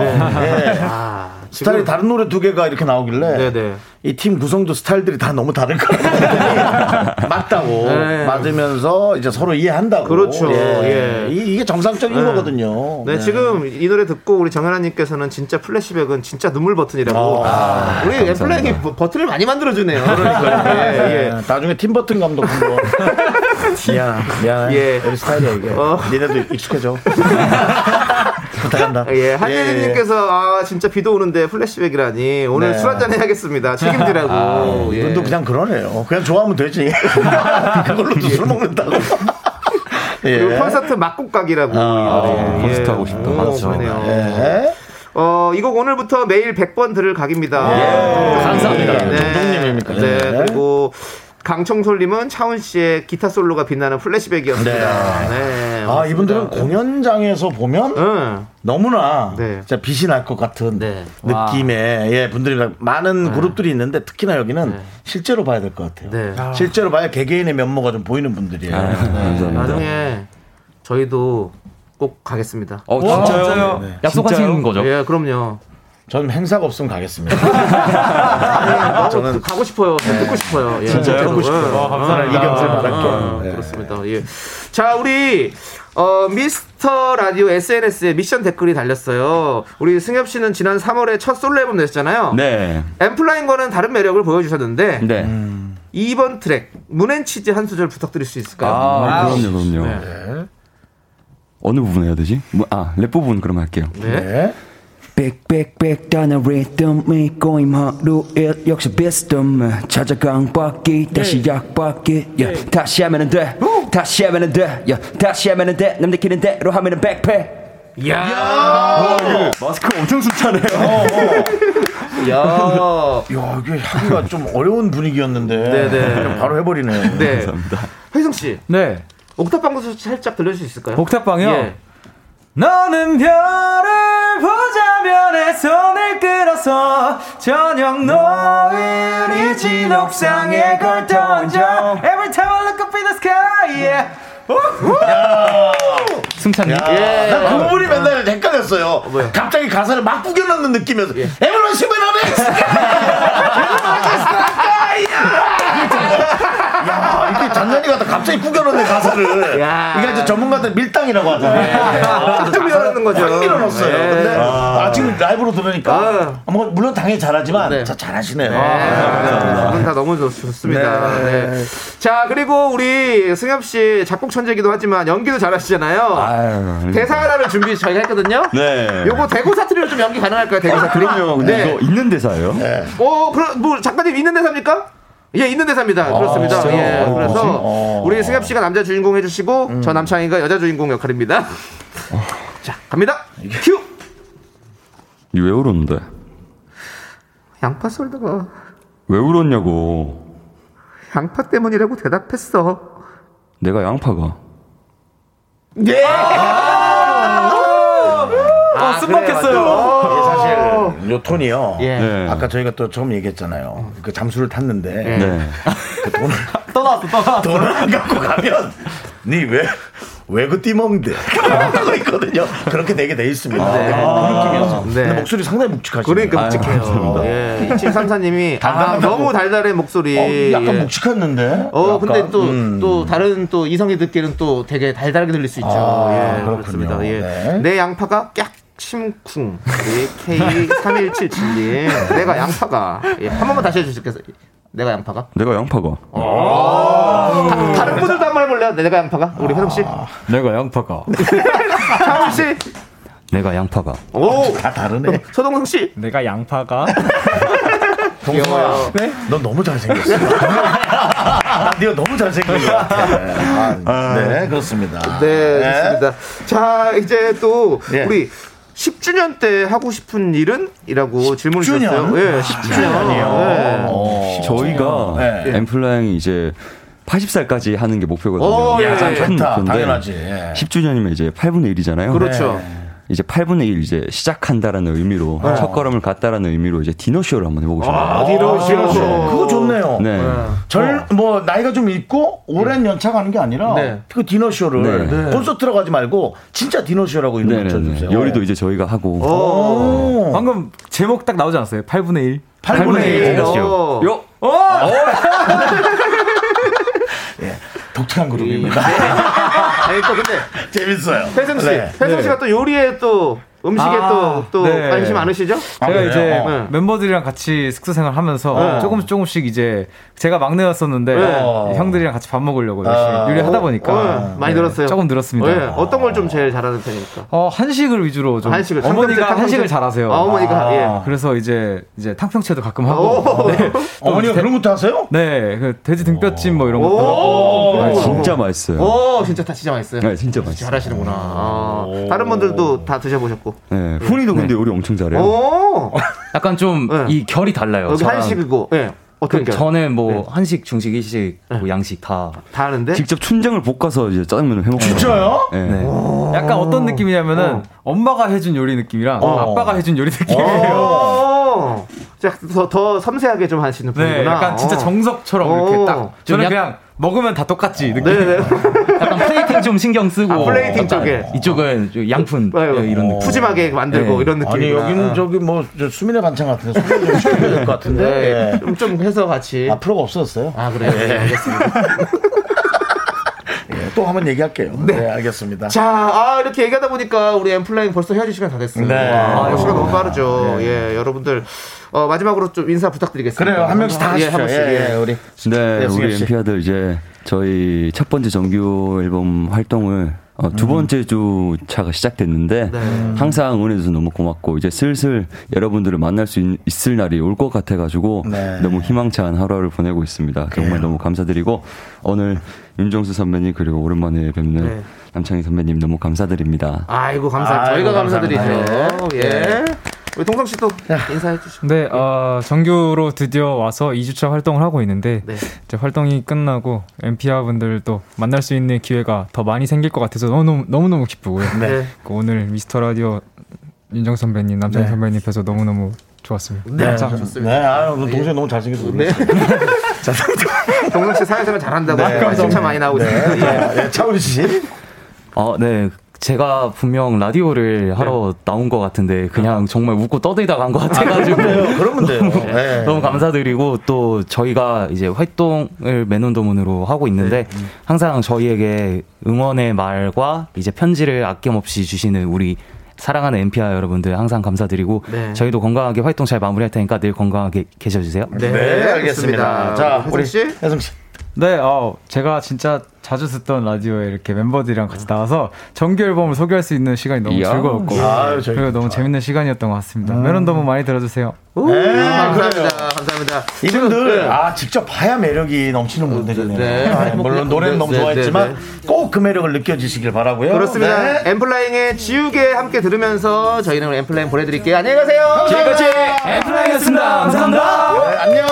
Speaker 4: 네.
Speaker 3: 예.
Speaker 4: 아,
Speaker 3: 스타일이 다른 노래 두 개가 이렇게
Speaker 4: 네.
Speaker 3: 나오길래 이 팀 구성도 스타일들이 다 너무 다를 거
Speaker 4: [laughs]
Speaker 3: 같아요. 맞다고
Speaker 4: 네.
Speaker 3: 맞으면서 이제 서로 이해한다고.
Speaker 4: 그렇죠.
Speaker 3: 예.
Speaker 4: 예.
Speaker 3: 이, 게 정상적인
Speaker 4: 네.
Speaker 3: 거거든요. 예.
Speaker 4: 네, 지금 이 노래 듣고 우리 정현아님께서는 진짜 플래시백은 진짜 눈물 버튼이라고.
Speaker 3: 아,
Speaker 4: 우리
Speaker 3: 감사합니다.
Speaker 4: 뭐 네.
Speaker 3: 예.
Speaker 4: 엠플라잉이 버- 버튼을 많이 만들어주네요. 그러니까. 예, 예. [laughs]
Speaker 3: 나중에 팀 버튼 감독 한번 미안, 미안.
Speaker 4: 예.
Speaker 3: 우리 스타일이야 이게.
Speaker 4: 어.
Speaker 3: 니네도
Speaker 4: [laughs]
Speaker 3: 익숙해져. 나간다.
Speaker 4: 예, 한예진님께서 아 진짜 비도 오는데 플래시백이라니 오늘
Speaker 3: 네.
Speaker 4: 술 한잔 해야겠습니다. 책임지라고. 예.
Speaker 3: 아, 이분도 그냥 그러네요. 그냥 좋아하면
Speaker 4: [laughs]
Speaker 3: 되지. 그걸로도 술 먹는다고.
Speaker 4: 예. 그리고 콘서트 막국각이라고
Speaker 3: 예. 아,
Speaker 4: 이 노래.
Speaker 3: 콘서트 하고 싶다. 예.
Speaker 4: 오,
Speaker 3: 맞죠.
Speaker 4: 그러네요. 어, 이 곡 오늘부터 매일 100번 들을 각입니다. 예.
Speaker 3: 감사합니다. 동동님입니까?
Speaker 4: 네.
Speaker 3: 네.
Speaker 4: 그리고 강청솔님은 차훈 씨의 기타 솔로가 빛나는 플래시백이었습니다. 예. 네.
Speaker 3: 아, 이분들은 공연장에서 보면 너무나
Speaker 4: 네.
Speaker 3: 진짜 빛이 날 것 같은 느낌의 예, 분들이
Speaker 4: 네.
Speaker 3: 많은 그룹들이 있는데 특히나 여기는 실제로 봐야 될 것 같아요.
Speaker 4: 아.
Speaker 3: 실제로 봐야 개개인의 면모가 좀 보이는 분들이에요.
Speaker 4: 아,
Speaker 3: 네.
Speaker 4: 나중에 저희도 꼭 가겠습니다.
Speaker 3: 어, 와, 진짜요? 진짜요? 네. 약속하시는
Speaker 4: 진짜요?
Speaker 3: 거죠?
Speaker 4: 예, 그럼요.
Speaker 3: 저는 행사가 없으면 가겠습니다.
Speaker 4: [laughs] 저는 가고 싶어요. 좀 듣고 싶어요. 예.
Speaker 3: 진짜요? 듣고 싶어요. 아, 감사합니다. 이경재 바랄게요.
Speaker 4: 아, 그렇습니다. 예. 자, 우리 어, 미스터 라디오 SNS에 미션 댓글이 달렸어요. 우리 승엽 씨는 지난 3월에 첫 솔로 앨범 냈잖아요.
Speaker 9: 네.
Speaker 4: 엠플라인과는 다른 매력을 보여주셨는데
Speaker 9: 네.
Speaker 4: 2번 트랙 문앤치즈 한 소절 부탁드릴 수 있을까요?
Speaker 9: 아, 네.
Speaker 4: 와우.
Speaker 9: 그럼요, 그럼요. 어느 부분 해야 되지? 뭐, 아, 랩 부분 그럼 할게요.
Speaker 4: 네.
Speaker 14: 빽빽빽 단어 리듬 믿고 임하루 일 역시 비스듬 찾아 강박기 다시
Speaker 9: 네.
Speaker 14: 약박기 야 다시 하면은 돼 다시 하면은 돼야 다시 하면은 돼남 느끼는 대로 하면은 백패
Speaker 4: 야.
Speaker 9: 마스크 엄청 숨차네요.
Speaker 4: 야. 야,
Speaker 3: 이게 하기가 좀 어려운 분위기였는데
Speaker 4: 네, 네.
Speaker 3: 그냥 바로 해버리네요.
Speaker 4: 네. 감사합니다. 회성 씨.
Speaker 11: 네.
Speaker 4: 옥탑방에서 살짝 들려줄 수 있을까요?
Speaker 11: 옥탑방이요?
Speaker 4: 예.
Speaker 11: 너는 별을 보자면 내 손을 끌어서 저녁 노을이 진 옥상에 걸 던져 Every time I look up in the sky yeah.
Speaker 3: 승찬님.
Speaker 11: 예.
Speaker 3: 그 부분이 맨날 헷갈렸어요. 예. 갑자기 가사를 막 구겨넣는 느낌이어서 에브런 시베라네 야, 이렇게 잔잔히 가다 갑자기 구겨넣네 가사를.
Speaker 4: 야.
Speaker 3: 이게 이제 전문가들 밀당이라고 하잖아요.
Speaker 4: 쫙 밀어넣는 거죠.
Speaker 3: 쫙 밀어넣었어요.
Speaker 4: 예.
Speaker 3: 근데 네. 아, 지금 라이브로 들으니까 아, 뭐, 물론 당연히 잘하지만 자, 아, 잘하시네요.
Speaker 4: 네. 두분 다 너무 좋- 좋습니다.
Speaker 3: 네.
Speaker 4: 네. 자, 그리고 우리 승엽 씨 작곡 천재이기도 하지만 연기도 잘하시잖아요. 대사 하나를 준비 저희가 했거든요.
Speaker 9: 네.
Speaker 4: 요거 대구 사투리로 좀 연기 가능할까요? 대구
Speaker 9: 아,
Speaker 4: 사투리.
Speaker 9: 그럼요. 근데
Speaker 4: 네.
Speaker 9: 이거 있는 대사예요? 네.
Speaker 4: 어, 그럼 뭐 작가님 있는 대사입니까? 예, 있는 대사입니다. 그렇습니다.
Speaker 9: 아, 진짜요?
Speaker 4: 예,
Speaker 9: 어, 뭐지?
Speaker 4: 그래서
Speaker 9: 어. 음.
Speaker 4: 우리 승엽 씨가 남자 주인공 해주시고 저 남창희가 여자 주인공 역할입니다.
Speaker 9: 어.
Speaker 4: 자, 갑니다. 큐.
Speaker 9: 왜 울었는데?
Speaker 4: 양파 썰다가
Speaker 9: 왜 울었냐고.
Speaker 4: 양파 때문이라고 대답했어.
Speaker 9: 내가 양파가.
Speaker 4: 예.
Speaker 9: 어,
Speaker 3: 아,
Speaker 4: 맞죠.
Speaker 3: 이게 사실 요 톤이요.
Speaker 4: 예.
Speaker 9: 네.
Speaker 3: 아까 저희가 또 처음 얘기했잖아요. 그 잠수를 탔는데
Speaker 9: 네.
Speaker 3: 그 돈을 떠났어, 떠났어. 돈을 안 갖고 가면 니 왜? 왜 그 띠먹는데? 그러고 있거든요. 그렇게 되게 돼 있습니다.
Speaker 4: 네.
Speaker 3: 네. 그 느낌이어서.
Speaker 4: 네.
Speaker 3: 근데 목소리 상당히 묵직하시네요. 아,
Speaker 4: 그러니까 묵직해요.
Speaker 3: 감사합니다.
Speaker 4: 예. 2734님이 아,
Speaker 3: [laughs] 단단하다고.
Speaker 4: 너무 달달해 목소리.
Speaker 3: 어, 약간
Speaker 4: 예.
Speaker 3: 묵직했는데?
Speaker 4: 어, 근데
Speaker 3: 약간,
Speaker 4: 또,
Speaker 3: 음.
Speaker 4: 또, 다른 또, 이성이 듣기는 또 되게 달달하게 들릴 수 있죠.
Speaker 3: 아,
Speaker 4: 예,
Speaker 3: 그렇군요.
Speaker 4: 그렇습니다. 예.
Speaker 3: 네.
Speaker 4: 내 양파가 깍, 심쿵. 우리
Speaker 3: [laughs]
Speaker 4: K3177님. 내가 양파가. 예, 한 번만 다시 해주시겠어요? 내가 양파가?
Speaker 9: 내가 양파가.
Speaker 3: 음.
Speaker 4: 다, 다른 분들도 한 번 해볼래요? 내가 양파가?
Speaker 3: 아.
Speaker 4: 우리 혜성 씨?
Speaker 9: 내가 양파가.
Speaker 4: 차훈 씨?
Speaker 9: 내가 양파가.
Speaker 4: 오!
Speaker 3: 다 아, 다르네.
Speaker 4: 서동성 씨?
Speaker 8: 내가 양파가.
Speaker 3: 동성아, 너 너무
Speaker 4: [laughs]
Speaker 3: 잘생겼어. 네가 너무 잘생긴 것 같아. 아, 네, 그렇습니다.
Speaker 4: 네, 좋습니다. 자, 이제 또
Speaker 3: 예.
Speaker 4: 우리 10주년 때 하고 싶은 일은? 이라고 질문을
Speaker 3: 10주년?
Speaker 4: 주셨어요. 예,
Speaker 3: 아,
Speaker 4: 10주년.
Speaker 3: 아니에요. 네. 어.
Speaker 4: 예.
Speaker 9: 어. 저희가 예.
Speaker 4: 네.
Speaker 9: 엠플라잉이 이제 80살까지 하는 게 목표거든요.
Speaker 4: 오, 예, 예.
Speaker 9: 큰
Speaker 4: 좋다.
Speaker 9: 목표인데
Speaker 4: 당연하지. 예.
Speaker 9: 10주년이면 이제 8분의 1이잖아요. 네.
Speaker 4: 그렇죠.
Speaker 9: 이제 8분의 1 이제 시작한다라는 의미로
Speaker 4: 네.
Speaker 9: 첫 걸음을 갔다라는 의미로 이제 디너쇼를 한번 해보고 싶어요.
Speaker 4: 아,
Speaker 3: 디너쇼. 아, 그거 좋네요.
Speaker 9: 네.
Speaker 4: 어,
Speaker 3: 절, 뭐, 나이가 좀 있고, 오랜 연차가 하는 게 아니라,
Speaker 9: 네.
Speaker 3: 그 디너쇼를
Speaker 9: 네.
Speaker 3: 콘서트라고 하지 말고, 진짜 디너쇼라고 이름
Speaker 9: 네네네.
Speaker 3: 붙여주세요.
Speaker 4: 어.
Speaker 3: 어.
Speaker 9: 요리도 이제 저희가 하고.
Speaker 3: 오.
Speaker 8: 어.
Speaker 11: 방금 제목 딱 나오지 않았어요? 8분의 1.
Speaker 3: 8분의
Speaker 4: 네.
Speaker 3: 1.
Speaker 11: 요.
Speaker 3: 오.
Speaker 11: 요.
Speaker 3: 독특한 그룹입니다.
Speaker 4: 아니 또 근데
Speaker 3: [laughs] 재밌어요.
Speaker 4: 혜성 씨,
Speaker 3: 네.
Speaker 4: 혜성 씨가 또 요리에 또 음식에 또- 또 관심 많으시죠?
Speaker 8: 제가
Speaker 4: 아, 그래요?
Speaker 8: 이제
Speaker 4: 어.
Speaker 8: 멤버들이랑 같이 숙소 생활하면서
Speaker 4: 어.
Speaker 8: 조금씩 조금씩 이제 제가 막내였었는데
Speaker 4: 네.
Speaker 8: 형들이랑 같이 밥 먹으려고
Speaker 4: 어.
Speaker 8: 열심히 요리하다 보니까
Speaker 4: 어, 많이
Speaker 8: 네,
Speaker 4: 늘었어요.
Speaker 8: 조금 늘었습니다.
Speaker 4: 예, 어떤 걸 좀 제일 잘하는 편입니까?
Speaker 8: 어 한식을 위주로 좀
Speaker 4: 한식을, 탕평채,
Speaker 8: 어머니가
Speaker 4: 탕평채.
Speaker 8: 한식을 잘하세요. 아.
Speaker 4: 아, 어머니가, 예.
Speaker 8: 그래서 이제 이제 탕평채도 가끔
Speaker 4: 어?
Speaker 8: 하고.
Speaker 3: 어머니가 그런 것도 하세요?
Speaker 8: 네, 그 돼지 등뼈찜 뭐
Speaker 4: 어?
Speaker 8: 이런
Speaker 4: 오.
Speaker 8: 것도.
Speaker 4: 아, 진짜
Speaker 9: 맛있어요.
Speaker 4: 오, 진짜 다 진짜 맛있어요.
Speaker 9: 네, 진짜 맛있어요.
Speaker 4: 잘하시는구나. 아, 다른 분들도 다 드셔보셨고.
Speaker 9: 네, 훈이도 근데 요리 엄청
Speaker 3: 네.
Speaker 9: 잘해요.
Speaker 4: 어. 오, 네.
Speaker 10: 약간 좀 이 결이 달라요.
Speaker 4: 여기
Speaker 10: 저랑.
Speaker 4: 한식이고, 예. 어떤
Speaker 10: 그
Speaker 4: 결?
Speaker 10: 저는 뭐 한식, 중식, 일식, 뭐 양식 다.
Speaker 4: 다 하는데?
Speaker 9: 직접 춘장을 볶아서 이제 짜장면을 해 먹어요.
Speaker 8: 진짜요?
Speaker 9: 네.
Speaker 8: 약간 어떤 느낌이냐면은 엄마가 해준 요리 느낌이랑
Speaker 4: 어.
Speaker 8: 아빠가 해준 요리 느낌이에요.
Speaker 10: 네.
Speaker 4: 오, 진짜 더, 더 섬세하게 좀 하시는 분이구나.
Speaker 8: 네, 약간 진짜
Speaker 4: 어.
Speaker 8: 정석처럼
Speaker 4: 오.
Speaker 8: 이렇게 딱. 저는
Speaker 4: 좀 약-
Speaker 8: 그냥 먹으면 다 똑같지 느낌. [laughs]
Speaker 4: 네네.
Speaker 10: 약간 플레이팅 좀 신경 쓰고.
Speaker 4: 아, 플레이팅 아,
Speaker 10: 약간
Speaker 4: 쪽에. 어,
Speaker 10: 이쪽은 좀 양푼 이런 느낌. 네.
Speaker 4: 푸짐하게 만들고 이런
Speaker 3: 아니
Speaker 4: 느낌이구나.
Speaker 3: 여기는 저기 뭐 저 수민의 반찬 같은데 수민 좀 시켜야 될 것 같은데
Speaker 4: 네,
Speaker 3: 예.
Speaker 4: 좀, 좀 해서 같이.
Speaker 3: 앞으로가 없어졌어요.
Speaker 4: 아, 그래요? 네, 알겠습니다.
Speaker 3: 예, 또 한번 얘기할게요. 네, 알겠습니다.
Speaker 4: 자, 아, 이렇게 얘기하다 보니까 우리 엠플라잉 벌써 헤어질 시간 다 됐어요.
Speaker 3: 네.
Speaker 4: 와, 아, 시간 너무
Speaker 3: 네.
Speaker 4: 빠르죠. 예, 여러분들. 어, 마지막으로 좀 인사 부탁드리겠습니다.
Speaker 3: 그래요, 한 명씩 다
Speaker 4: 예,
Speaker 3: 하시죠.
Speaker 4: 한 명씩.
Speaker 3: 예, 예, 우리.
Speaker 9: 네,
Speaker 3: 승엽
Speaker 9: 우리
Speaker 3: 씨.
Speaker 9: 엠피아들 이제 저희 첫 번째 정규 앨범 활동을 어,
Speaker 3: 음.
Speaker 9: 두 번째 주 차가 시작됐는데
Speaker 3: 네.
Speaker 9: 항상 응원해줘서 너무 고맙고 이제 슬슬 여러분들을 만날 수 있, 을 날이 올 것 같아가지고
Speaker 3: 네.
Speaker 9: 너무 희망찬 하루하루 보내고 있습니다. 정말 너무 감사드리고 오늘 윤정수 선배님 그리고 오랜만에 뵙는
Speaker 4: 네.
Speaker 9: 남창희 선배님 너무 감사드립니다.
Speaker 4: 아이고, 감사합니다.
Speaker 8: 아이고,
Speaker 4: 저희가 감사드리죠.
Speaker 8: 감사합니다.
Speaker 4: 예.
Speaker 8: 네.
Speaker 4: 우리 동성 씨도 인사해 주시죠.
Speaker 3: 예.
Speaker 8: 네, 어, 정규로 드디어 와서 2주차 활동을 하고 있는데
Speaker 3: 네.
Speaker 8: 이제 활동이 끝나고 엠피아 분들도 만날 수 있는 기회가 더 많이 생길 것 같아서 너무 너무 너무 기쁘고요.
Speaker 4: 네.
Speaker 8: 그 오늘 미스터 라디오 윤정 선배님, 남창희
Speaker 3: 네.
Speaker 8: 선배님 뵈서 너무 너무 좋았습니다. 참-
Speaker 3: 네, 아유, 그 동생 너무 잘생겨서 그래.
Speaker 4: 동성 씨 사회생활 잘한다고
Speaker 3: 네.
Speaker 4: 칭찬 많이 나오고 있어요.
Speaker 3: [laughs]
Speaker 4: 예.
Speaker 3: 차우리 씨.
Speaker 10: 어, 네. 제가 분명 라디오를 하러 나온 것 같은데 그냥 정말 웃고 떠들다 간 것 같아가지고
Speaker 3: 그러면 돼요.
Speaker 10: 너무,
Speaker 3: 네.
Speaker 10: 너무 감사드리고 또 저희가 이제 활동을 맨온더문으로 하고 있는데 항상 저희에게 응원의 말과 이제 편지를 아낌없이 주시는 우리 사랑하는 엠피아 여러분들 항상 감사드리고
Speaker 3: 네.
Speaker 10: 저희도 건강하게 활동 잘 마무리할 테니까 늘 건강하게 계셔주세요.
Speaker 3: 네, 알겠습니다. 자, 우리 혜성 씨.
Speaker 8: 네, 어, 제가 진짜 자주 듣던 라디오에 이렇게 멤버들이랑 같이 나와서 정규 앨범을 소개할 수 있는 시간이 너무
Speaker 3: 이야.
Speaker 8: 즐거웠고
Speaker 3: 아유, 저희
Speaker 8: 그리고 너무 재밌는 시간이었던 것 같습니다.
Speaker 3: 음.
Speaker 8: 메론 너무 많이 들어주세요.
Speaker 4: 오, 네,
Speaker 3: 아,
Speaker 4: 감사합니다. 감사합니다.
Speaker 3: 네, 이분들
Speaker 4: 네.
Speaker 3: 아 직접 봐야 매력이 넘치는 분들이네요.
Speaker 4: 네.
Speaker 3: 아, 물론 노래는 너무
Speaker 4: 네, 네,
Speaker 3: 좋아했지만 꼭 그 매력을 느껴지시길 바라고요. 네.
Speaker 4: 그렇습니다. 엠플라잉의 지우개 함께 들으면서 저희는 오늘 엠플라잉 보내드릴게요. 안녕히 가세요.
Speaker 3: 지금까지
Speaker 4: 엠플라잉이었습니다.
Speaker 3: 감사합니다. 네, 안녕.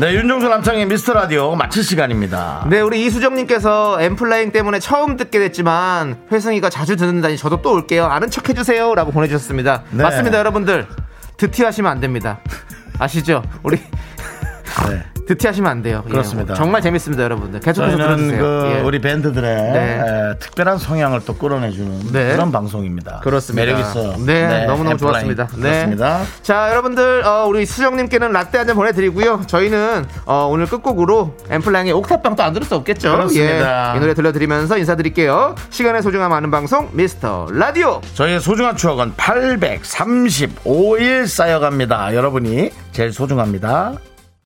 Speaker 3: 네, 윤종수 남창의 미스터 라디오 마칠 시간입니다.
Speaker 4: 네, 우리 이수정님께서 엠플라잉 때문에 처음 듣게 됐지만 회승이가 자주 듣는다니 저도 또 올게요. 아는 척 해주세요라고 보내주셨습니다.
Speaker 3: 네.
Speaker 4: 맞습니다, 여러분들. 드티하시면 안 됩니다. 아시죠? 우리 [laughs] 드티하시면 안 돼요. 예,
Speaker 3: 네. 그렇습니다.
Speaker 4: 정말 재밌습니다, 여러분들. 계속해서
Speaker 3: 저희는
Speaker 4: 들어주세요.
Speaker 3: 그
Speaker 4: 예.
Speaker 3: 우리 밴드들의
Speaker 4: 네.
Speaker 3: 에, 특별한 성향을 또 끌어내주는
Speaker 4: 네.
Speaker 3: 그런 방송입니다.
Speaker 4: 그렇습니다.
Speaker 3: 매력 있어요.
Speaker 4: 네, 너무너무
Speaker 3: 앰플라잉.
Speaker 4: 좋았습니다. 네.
Speaker 3: 그렇습니다.
Speaker 4: 자, 여러분들, 어, 우리 수정님께는 라떼 한 잔 보내드리고요. 저희는 어, 오늘 끝곡으로 앰플라잉의 옥탑방 도안 들을 수 없겠죠.
Speaker 3: 그렇습니다.
Speaker 4: 예, 이 노래 들려드리면서 인사드릴게요. 시간의 소중함 아는 방송, 미스터 라디오.
Speaker 3: 저희의 소중한 추억은 835일 쌓여갑니다. 여러분이 제일 소중합니다.